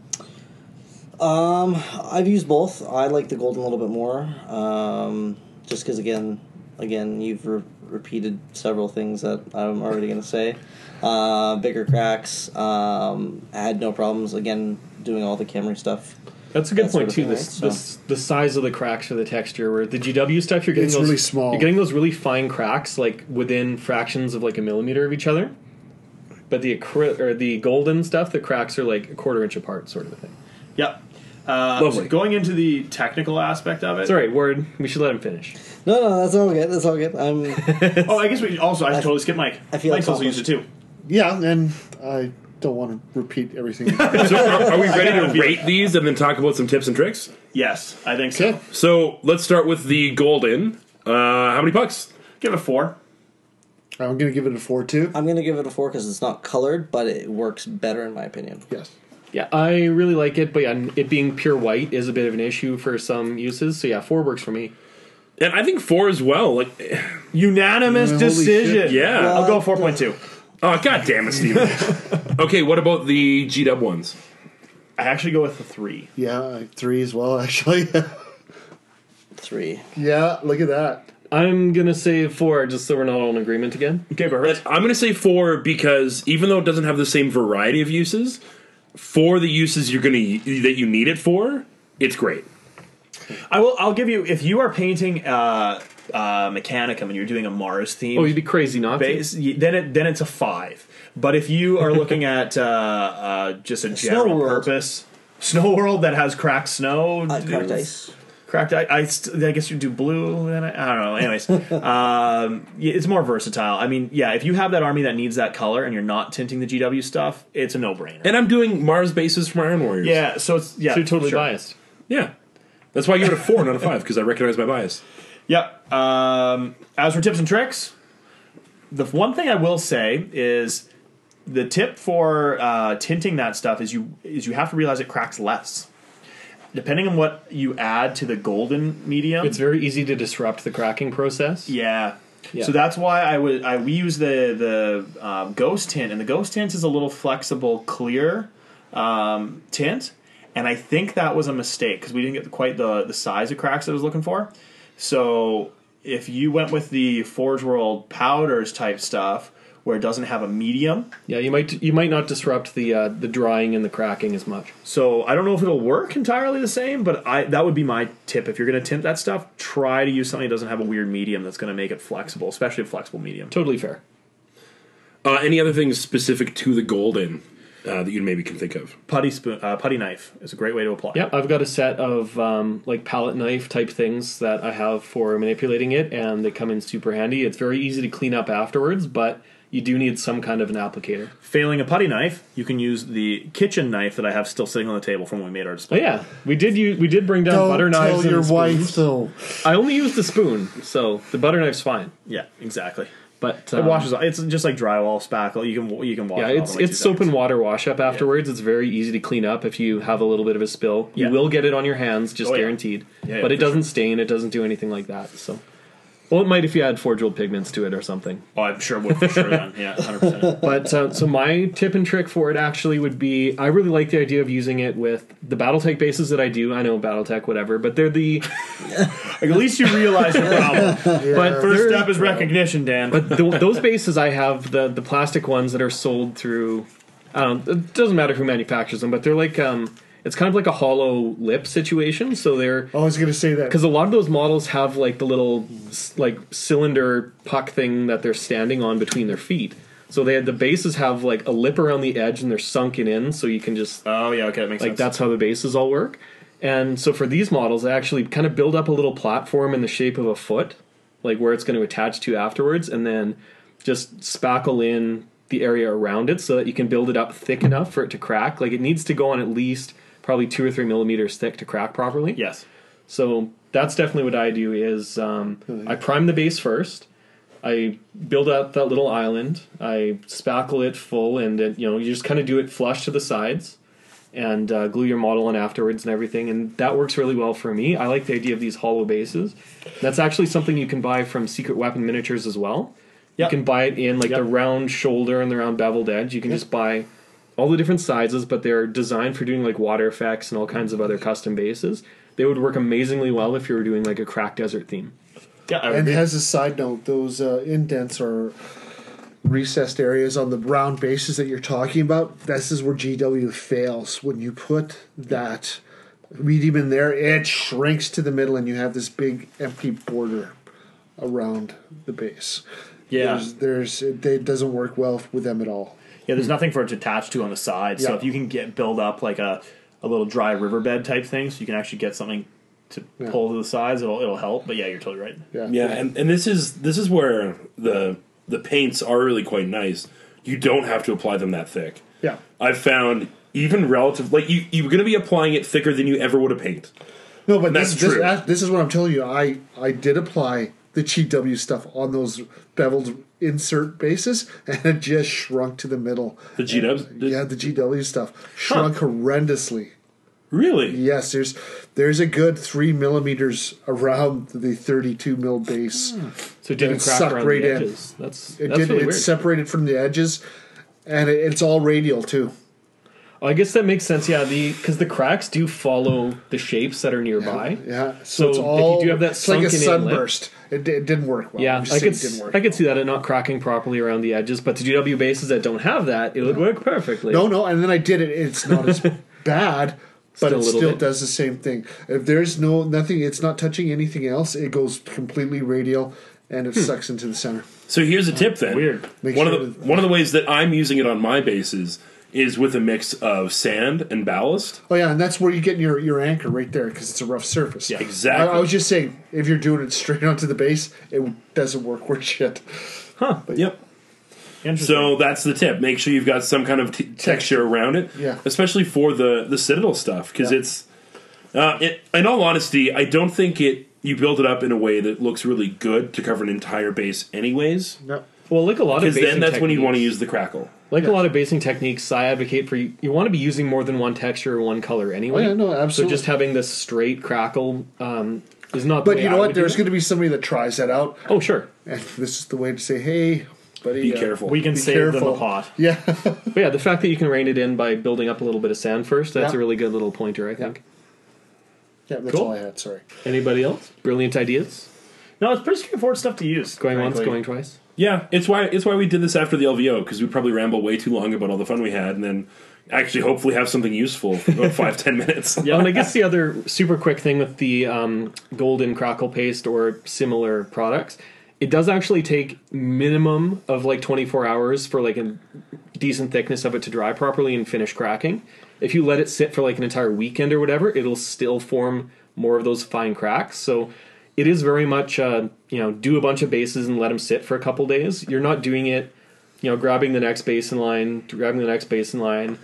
Um, *laughs* I've used both. I like the golden a little bit more, um, just because again, again, you've re- repeated several things that I'm already gonna say. Uh, bigger cracks. Um, I had no problems again doing all the camera stuff. That's a good That sort point of too. thing, the, right? the, the size of the cracks for the texture, where the GW stuff you're getting It's those, really small. You're getting those really fine cracks, like within fractions of like a millimeter of each other. But the acry- or the golden stuff, the cracks are like a quarter inch apart, sort of a thing. Yep. Uh, Lovely. so going into the technical aspect of it. It's all right, word. We should let him finish. No, no, that's all good. That's all good. *laughs* I'm. Oh, I guess we also, I, totally skipped Mike. I feel Mike's also accomplished. used it too. Yeah, and I don't want to repeat *laughs* everything. So are, are we ready gotta to feel- rate these and then talk about some tips and tricks? Yes, I think so. okay. So let's start with the golden. Uh, how many pucks? Give it a four. I'm going to give it a 4 2. I'm gonna give it a four because it's not colored, but it works better in my opinion. Yes. Yeah, I really like it, but yeah, it being pure white is a bit of an issue for some uses. So yeah, four works for me. And I think four as well. Like, Unanimous Yeah, holy decision. shit. yeah. I'll go 4.2. Oh god damn it, Steven. okay, what about the G dub ones? I actually go with the three. Yeah, I- three as well, *laughs* actually. Three. yeah, look at that. I'm gonna say four, just so we're not all in agreement again. Okay, perfect. I'm going to say four because even though it doesn't have the same variety of uses, for the uses you're going to that you need it for, it's great. I will. I'll give you if you are painting uh, uh, Mechanicum and you're doing a Mars theme. Oh, you'd be crazy not to. base, y- then it then it's a five. But if you are looking at uh, uh, just a Snow general world. purpose snow world that has cracked snow, Uh, d- cracked ice. cracked i- I, st- I guess you do blue. Then I, I don't know. *laughs* Anyways, um, y- it's more versatile. I mean, yeah, if you have that army that needs that color and you're not tinting the GW stuff, it's a no brainer. And I'm doing Mars bases for my Iron Warriors. Yeah, so it's yeah, So you're totally sure. biased. Yeah. That's why I give it a four, not a five, because I recognize my bias. Yep. Um, as for tips and tricks, the one thing I will say is the tip for uh, tinting that stuff is you is you have to realize it cracks less. Depending on what you add to the golden medium, It's very easy to disrupt the cracking process. yeah. Yeah. So that's why I would I we use the the um, ghost tint and the ghost tint is a little flexible clear um, tint, and I think that was a mistake because we didn't get quite the the size of cracks that I was looking for. So if you went with the Forge World powders type stuff where it doesn't have a medium, Yeah, you might you might not disrupt the uh, the drying and the cracking as much. so I don't know if it'll work entirely the same, but I that would be my tip if you're going to tint that stuff. Try to use something that doesn't have a weird medium that's going to make it flexible, especially a flexible medium. Totally fair. Uh, any other things specific to the golden uh, that you maybe can think of? putty spoon, uh, putty knife is a great way to apply. Yeah, I've got a set of um, like palette knife type things that I have for manipulating it, and they come in super handy. It's very easy to clean up afterwards, but you do need some kind of an applicator. Failing a putty knife, you can use the kitchen knife that I have still sitting on the table from when we made our Oh display. yeah, we did use we did bring down Don't butter knives. tell and your spoons. wife, though. I only used the spoon, so the butter knife's fine. Yeah, exactly. It But um, washes off. It's just like drywall spackle. You can you can wash. Yeah, it off it's in like it's two soap and seconds. water wash up afterwards. It's very easy to clean up if you have a little bit of a spill. You Yeah. will get it on your hands, just Oh, yeah. guaranteed. Yeah, yeah, but it for doesn't stain. It doesn't do anything like that. So, well, it might if you add forge world pigments to it or something. Oh, I'm sure would for sure then. Yeah, hundred *laughs* percent. But uh, so my tip and trick for it actually would be I really like the idea of using it with the BattleTech bases that I do. I know BattleTech, whatever, but they're the At least you realize your *laughs* problem. but First they're- step is recognition, Dan. But th- those bases I have the the plastic ones that are sold through. Um, it doesn't matter who manufactures them, but they're like um, it's kind of like a hollow lip situation. So they're I was going to say that. because a lot of those models have like the little s- like cylinder puck thing that they're standing on between their feet. So they had the bases have like a lip around the edge and they're sunken in, so you can just oh yeah, okay, that makes like sense. that's how the bases all work. And so for these models, I actually kind of build up a little platform in the shape of a foot, like where it's going to attach to afterwards, and then just spackle in the area around it so that you can build it up thick enough for it to crack. Like it needs to go on at least probably two or three millimeters thick to crack properly. yes. So that's definitely what I do is um, I prime the base first. I build up that little island. I spackle it full, and it, you know you just kind of do it flush to the sides, and uh, glue your model on afterwards and everything. And that works really well for me. I like the idea of these hollow bases. That's actually something you can buy from Secret Weapon Miniatures as well. Yep. You can buy it in like Yep. the round shoulder and the round beveled edge. You can just buy all the different sizes, but they're designed for doing like water effects and all kinds of other custom bases. They would work amazingly well if you were doing like a crack desert theme. Yeah, I and agree. as a side note, those uh, indents or recessed areas on the round bases that you're talking about, this is where GW fails. When you put that medium in there, it shrinks to the middle, and you have this big empty border around the base. Yeah. there's, there's it, it doesn't work well with them at all. Yeah, there's nothing for it to attach to on the side. So Yeah. if you can get build up like a, a little dry riverbed type thing, so you can actually get something to Yeah. pull to the sides, it'll it'll help. But yeah, you're totally right. Yeah, Yeah, and, and this is this is where the the paints are really quite nice. You don't have to apply them that thick. yeah. I've found even relative like you you're going to be applying it thicker than you ever would a paint. No, but That's this, this, true. uh, this is what I'm telling you. I, I did apply the GW stuff on those beveled insert bases, *laughs* and it just shrunk to the middle. The G dubs, Yeah, the GW stuff shrunk horrendously. really. Yes, there's there's a good three millimeters around the 32 mil base. So it didn't It crack sucked around right the in. edges. Hmm, That's It that's did. really it weird. separated from the edges, and it, it's all radial too. I guess that makes sense. Yeah, the because the cracks do follow the shapes that are nearby. Yeah. So So, it's if you all do have that it's like a sunken inlet- sunburst. It, di- it didn't work well. Yeah, I'm just I saying could it didn't s- work. I could see that it not cracking properly around the edges, but the GW bases that don't have that, it would work perfectly. No, no, and then I did it. It's *laughs* not as bad, but Still a it little still bit. does the same thing. If there's no nothing, it's not touching anything else. It goes completely radial, and Hmm. it sucks into the center. So here's a tip then. Weird. Make one sure of the to- one of the ways that I'm using it on my bases is with a mix of sand and ballast. Oh yeah, and that's where you get your, your anchor right there because it's a rough surface. Yeah, exactly. I, I was just saying, if you're doing it straight *laughs* onto the base, it doesn't work worth shit. Yep. Interesting. So that's the tip. Make sure you've got some kind of t- texture around it. Yeah. Especially for the the citadel stuff because Yeah. it's. Uh, it, in all honesty, I don't think it. You build it up in a way that looks really good to cover an entire base, anyways. No. Well, like a lot of Because basing then that's when you want to techniques- use the crackle. like a lot of basing techniques. I advocate for you, you want to be using more than one texture or one color anyway. Oh, yeah, no, So absolutely. just having this straight crackle um, is not. the But way you know I what? would do There's it. going to be somebody that tries that out, Oh sure, and this is the way to say, "Hey, buddy, Be uh, careful. we can be save them careful." a pot. *laughs* Yeah, *laughs* but yeah, the fact that you can rein it in by building up a little bit of sand first—that's Yeah. a really good little pointer, I think. yeah, that's Cool. all I had. Sorry. Anybody else? Brilliant ideas. No, it's pretty straightforward stuff to use. Going once, frankly. going twice. Yeah, it's why it's why we did this after the LVO because we probably ramble way too long about all the fun we had, and then actually hopefully have something useful for about five ten minutes. Yeah, Oh, and I guess the other super quick thing with the um, golden crackle paste or similar products, it does actually take minimum of like 24 hours for like a decent thickness of it to dry properly and finish cracking. If you let it sit for like an entire weekend or whatever, it'll still form more of those fine cracks. So it is very much uh, you know do a bunch of bases and let them sit for a couple days. You're not doing it you know grabbing the next basin line, grabbing the next basin line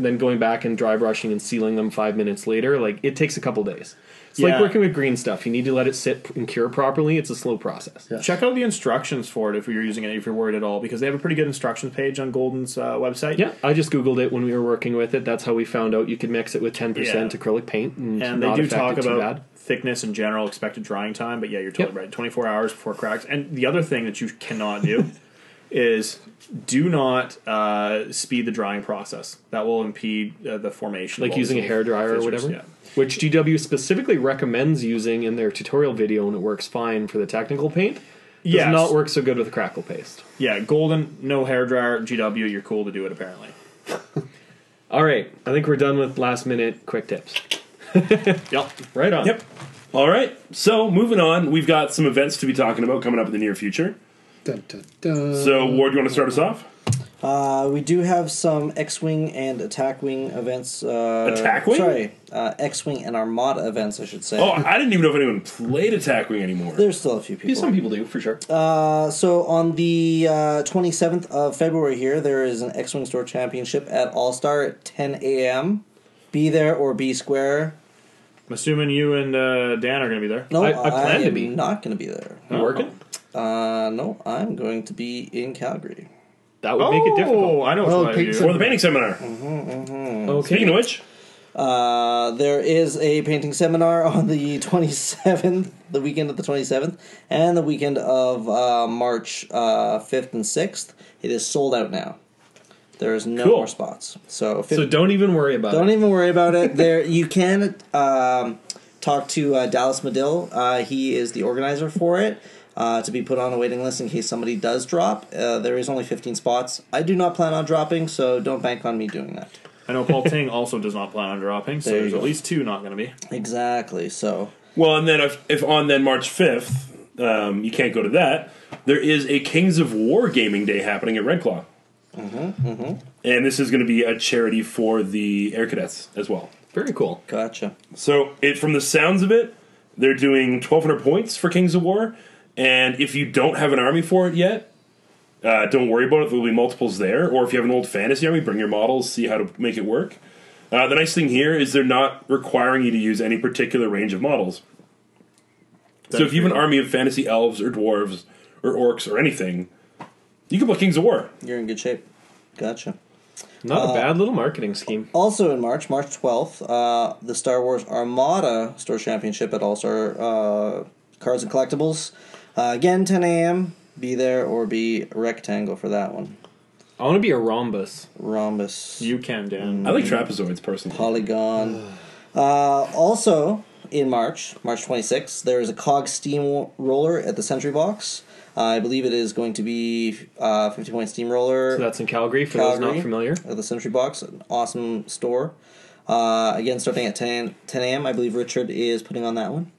then going back and dry brushing and sealing them five minutes later, like it takes a couple days. It's like Yeah. working with green stuff. You need to let it sit and cure properly. It's a slow process. Check out the instructions for it if you're using it, if you're worried at all, because they have a pretty good instructions page on Golden's uh, website. Yeah, I just googled it when we were working with it. That's how we found out you could mix it with ten percent Yeah. acrylic paint, and, and they not do affect talk it too about bad. thickness in general, expected drying time. But yeah, you're totally Yep. right. 24 hours before cracks. And the other thing that you cannot *laughs* do is do not uh, speed the drying process. That will impede uh, the formation. of like all using a these hair little dryer or fissures, whatever. Yeah. Which GW specifically recommends using in their tutorial video, and it works fine for the technical paint. Does Yes. not work so good with crackle paste. Yeah, golden, no hair dryer, GW, you're cool to do it apparently. All right, I think we're done with last minute quick tips. Yep. Right on. Yep. All right. So moving on, we've got some events to be talking about coming up in the near future. Dun, dun, dun. So Ward, you want to start us off? Uh, we do have some X-wing and attack wing events. Uh, Attack Wing? Sorry, uh, X-wing and Armada events, I should say. Oh, I didn't even know if anyone played Attack Wing anymore. There's still a few people. people do for sure. Uh, so on the uh, 27th of February here, there is an X-wing store championship at All Star at 10 a.m. Be there or be square. I'm assuming you and uh, Dan are going to be there. No, I- I plan to am be. not going to be there. You working? Uh, no, I'm going to be in Calgary. That would make it difficult. I know Oh, what pink you slip. for the painting seminar. Speaking of which, Uh, there is a painting seminar on the 27th, the weekend of the 27th, and the weekend of uh, March uh, 5th and 6th. It is sold out now. There is no Cool. more spots. So, So don't even worry about Don't it. even worry about it. There, you can um, talk to uh, Dallas Medill. Uh, he is the organizer for it. Uh, to be put on a waiting list in case somebody does drop. Uh, there is only 15 spots. I do not plan on dropping, so don't bank on me doing that. I know Paul Ting also does not plan on dropping, so There you there's at go. least two not going to be. Exactly. So well, and then if, if on then March fifth, um, you can't go to that. There is a Kings of War gaming day happening at Red Claw. And this is going to be a charity for the Air Cadets as well. Very cool. gotcha. So, it from the sounds of it, they're doing 1,200 points for Kings of War. And if you don't have an army for it yet, uh, don't worry about it. There'll be multiples there. Or if you have an old fantasy army, bring your models, see how to make it work. Uh, the nice thing here is they're not requiring you to use any particular range of models. so, if you have an army of fantasy elves or dwarves or orcs or anything, you can play Kings of War. You're in good shape. Gotcha. Not Uh, a bad little marketing scheme. Also in March, March 12th, uh, the Star Wars Armada Store Championship at All Star uh, Cards and Collectibles. Uh, again, 10 a.m. Be there or be rectangle for that one. I want to be a rhombus. Rhombus. You can, Dan. Mm. I like trapezoids personally. Polygon. Uh, also, in March, March 26th, there is a COG Steamroller at the Sentry Box. Uh, I believe it is going to be uh, 50 Point Steamroller So that's in Calgary for those Calgary. not familiar. at the Sentry Box, an awesome store. Uh, again, starting at 10, 10 a.m. I believe Richard is putting on that one.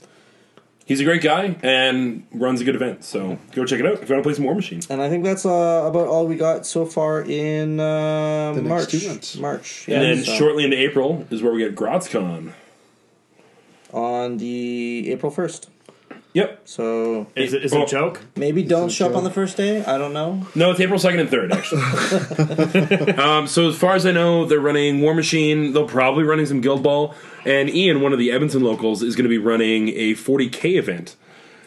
He's a great guy and runs a good event, so go check it out if you want to play some War Machine. And I think that's uh, about all we got so far in uh, The next March. two months. March. And then so shortly into April is where we get GrotzCon. On the April 1st. Yep. So Is it, is it Oh. a joke? maybe don't show up joke. on the first day. I don't know. No, it's April 2nd and 3rd, actually. *laughs* um, so, as far as I know, they're running War Machine. They'll probably be running some Guild Ball. And Ian, one of the Edmonton locals, is going to be running a 40K event.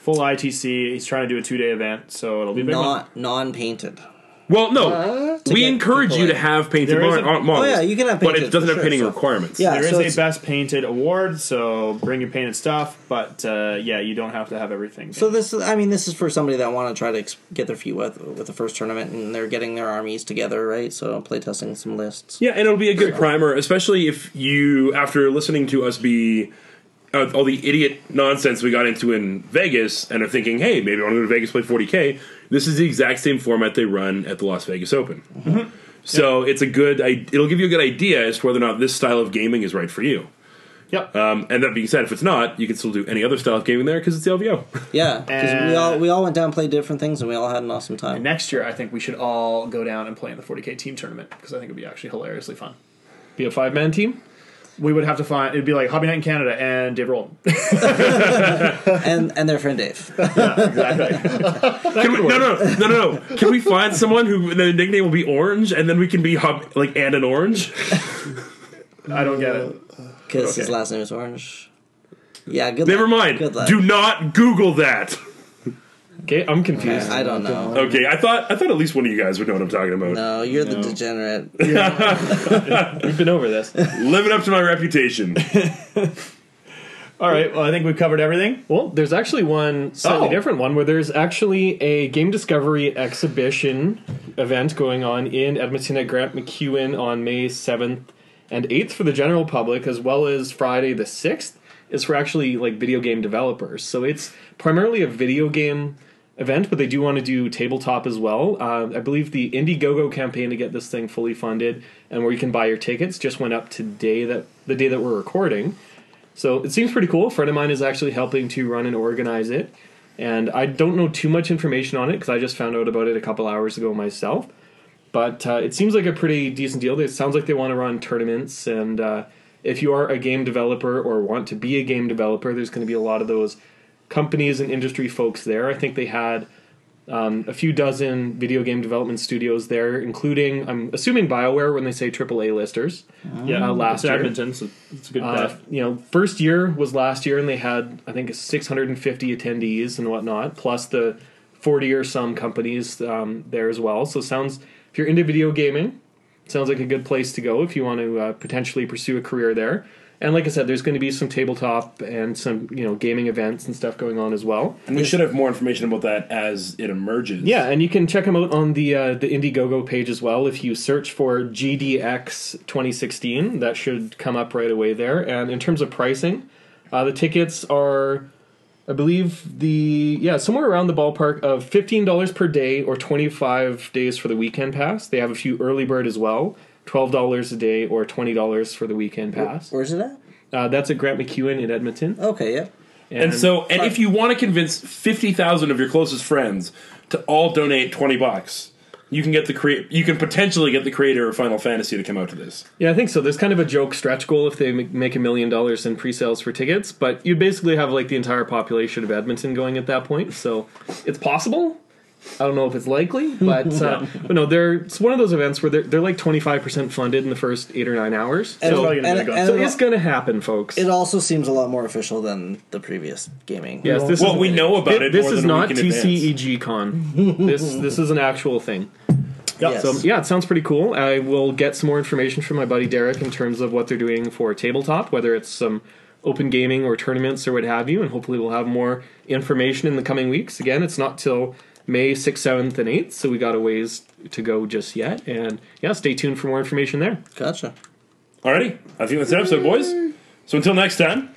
Full ITC. He's trying to do a two day event, so it'll be a big one. Not non painted. Well, no. To we get encourage people you in. to have painted There is mar- uh, a- models. Oh, yeah, you can have But painted, it doesn't for have sure, painting so- requirements. Yeah, There is so a it's- best painted award, so bring your painted stuff. But uh, yeah, you don't have to have everything. So this, is- I mean, this is for somebody that want to try to ex- get their feet wet with the first tournament, and they're getting their armies together, right? So playtesting some lists. Yeah, and it'll be a good primer, especially if you, after listening to us be uh, all the idiot nonsense we got into in Vegas, and are thinking, hey, maybe I want to go to Vegas play 40k. This is the exact same format they run at the Las Vegas Open. So it's a good. i- It'll give you a good idea as to whether or not this style of gaming is right for you. yep. Um, and that being said, if it's not, you can still do any other style of gaming there because it's the LVO. Yeah, because we Uh, all we all went down and played different things, and we all had an awesome time. Next year, I think we should all go down and play in the 40k team tournament because I think it'd be actually hilariously fun. Be a five man team. We would have to find it'd be like Hobby Night in Canada and Dave Roll. and and their friend Dave. *laughs* exactly. Can we, no, no, no, no, no, no. Can we find someone who the nickname will be Orange, and then we can be hub, like and an Orange? I don't get it. Because his Okay. last name is Orange. Yeah, good. Never luck. mind. Good luck. Do not Google that. Okay, I'm confused. I don't know. Okay, I thought I thought at least one of you guys would know what I'm talking about. No, you're the degenerate. We've been over this. Living up to my *laughs* reputation. All right. Well, I think we've covered everything. Well, there's actually one slightly Oh. different one where there's actually a game discovery exhibition event going on in Edmonton at Grant McEwen on May 7th and 8th for the general public, as well as Friday the 6th is for actually like video game developers. So it's primarily a video game event, but they do want to do tabletop as well. Uh, I believe the Indiegogo campaign to get this thing fully funded and where you can buy your tickets just went up today that the day that we're recording. So it seems pretty cool. A friend of mine is actually helping to run and organize it. And I don't know too much information on it because I just found out about it a couple hours ago myself. But uh, it seems like a pretty decent deal. It sounds like they want to run tournaments. And uh, if you are a game developer or want to be a game developer, there's going to be a lot of those companies and industry folks there. I think they had um, a few dozen video game development studios there, including, I'm assuming BioWare when they say AAA listers. Yeah, Uh, last it's year. Edmonton, so it's a good Uh, bet. you know, first year was last year, and they had I think 650 attendees and whatnot, plus the 40 or some companies um, there as well. So sounds if you're into video gaming, sounds like a good place to go if you want to uh, potentially pursue a career there. And like I said, there's going to be some tabletop and some you know gaming events and stuff going on as well. we should have more information about that as it emerges. Yeah, and you can check them out on the uh, the Indiegogo page as well. If you search for GDX 2016, that should come up right away there. And in terms of pricing, uh, the tickets are, I believe the yeah somewhere around the ballpark of fifteen dollars per day or twenty five days for the weekend pass. They have a few early bird as well. Twelve dollars a day or twenty dollars for the weekend pass. Where's it at? Uh, that's at Grant McEwen in Edmonton. Okay, yeah. And so, and Sorry. if you want to convince fifty thousand of your closest friends to all donate twenty bucks, you can get the crea- You can potentially get the creator of Final Fantasy to come out to this. Yeah, I think so. There's kind of a joke stretch goal if they ma- make a million dollars in pre-sales for tickets, but you'd basically have like the entire population of Edmonton going at that point. So it's possible. I don't know if it's likely, *laughs* but uh, but no, they're it's one of those events where they're they're like 25 percent funded in the first eight or nine hours. And, so probably gonna be and- a good- and so it's gonna happen, folks. it also seems a lot more official than the previous gaming. yes, this Well, is we know about it. This more is than a not E. week in advance. TCEG Con. this this is an actual thing. Yes. So Um, yeah, it sounds pretty cool. I will get some more information from my buddy Derek in terms of what they're doing for tabletop, whether it's some open gaming or tournaments or what have you, and hopefully we'll have more information in the coming weeks. Again, it's not till May sixth, seventh, and eighth, so we got a ways to go just yet. And yeah, stay tuned for more information there. Gotcha. Alrighty, I think that's an episode, boys. So until next time,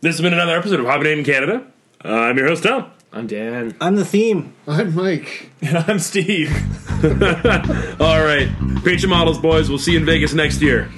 this has been another episode of Hobbitate in Canada. Uh, I'm your host, Tom. I'm Dan. I'm the theme. I'm Mike. *laughs* I'm Steve. All right, paint your models, boys. We'll see you in Vegas next year.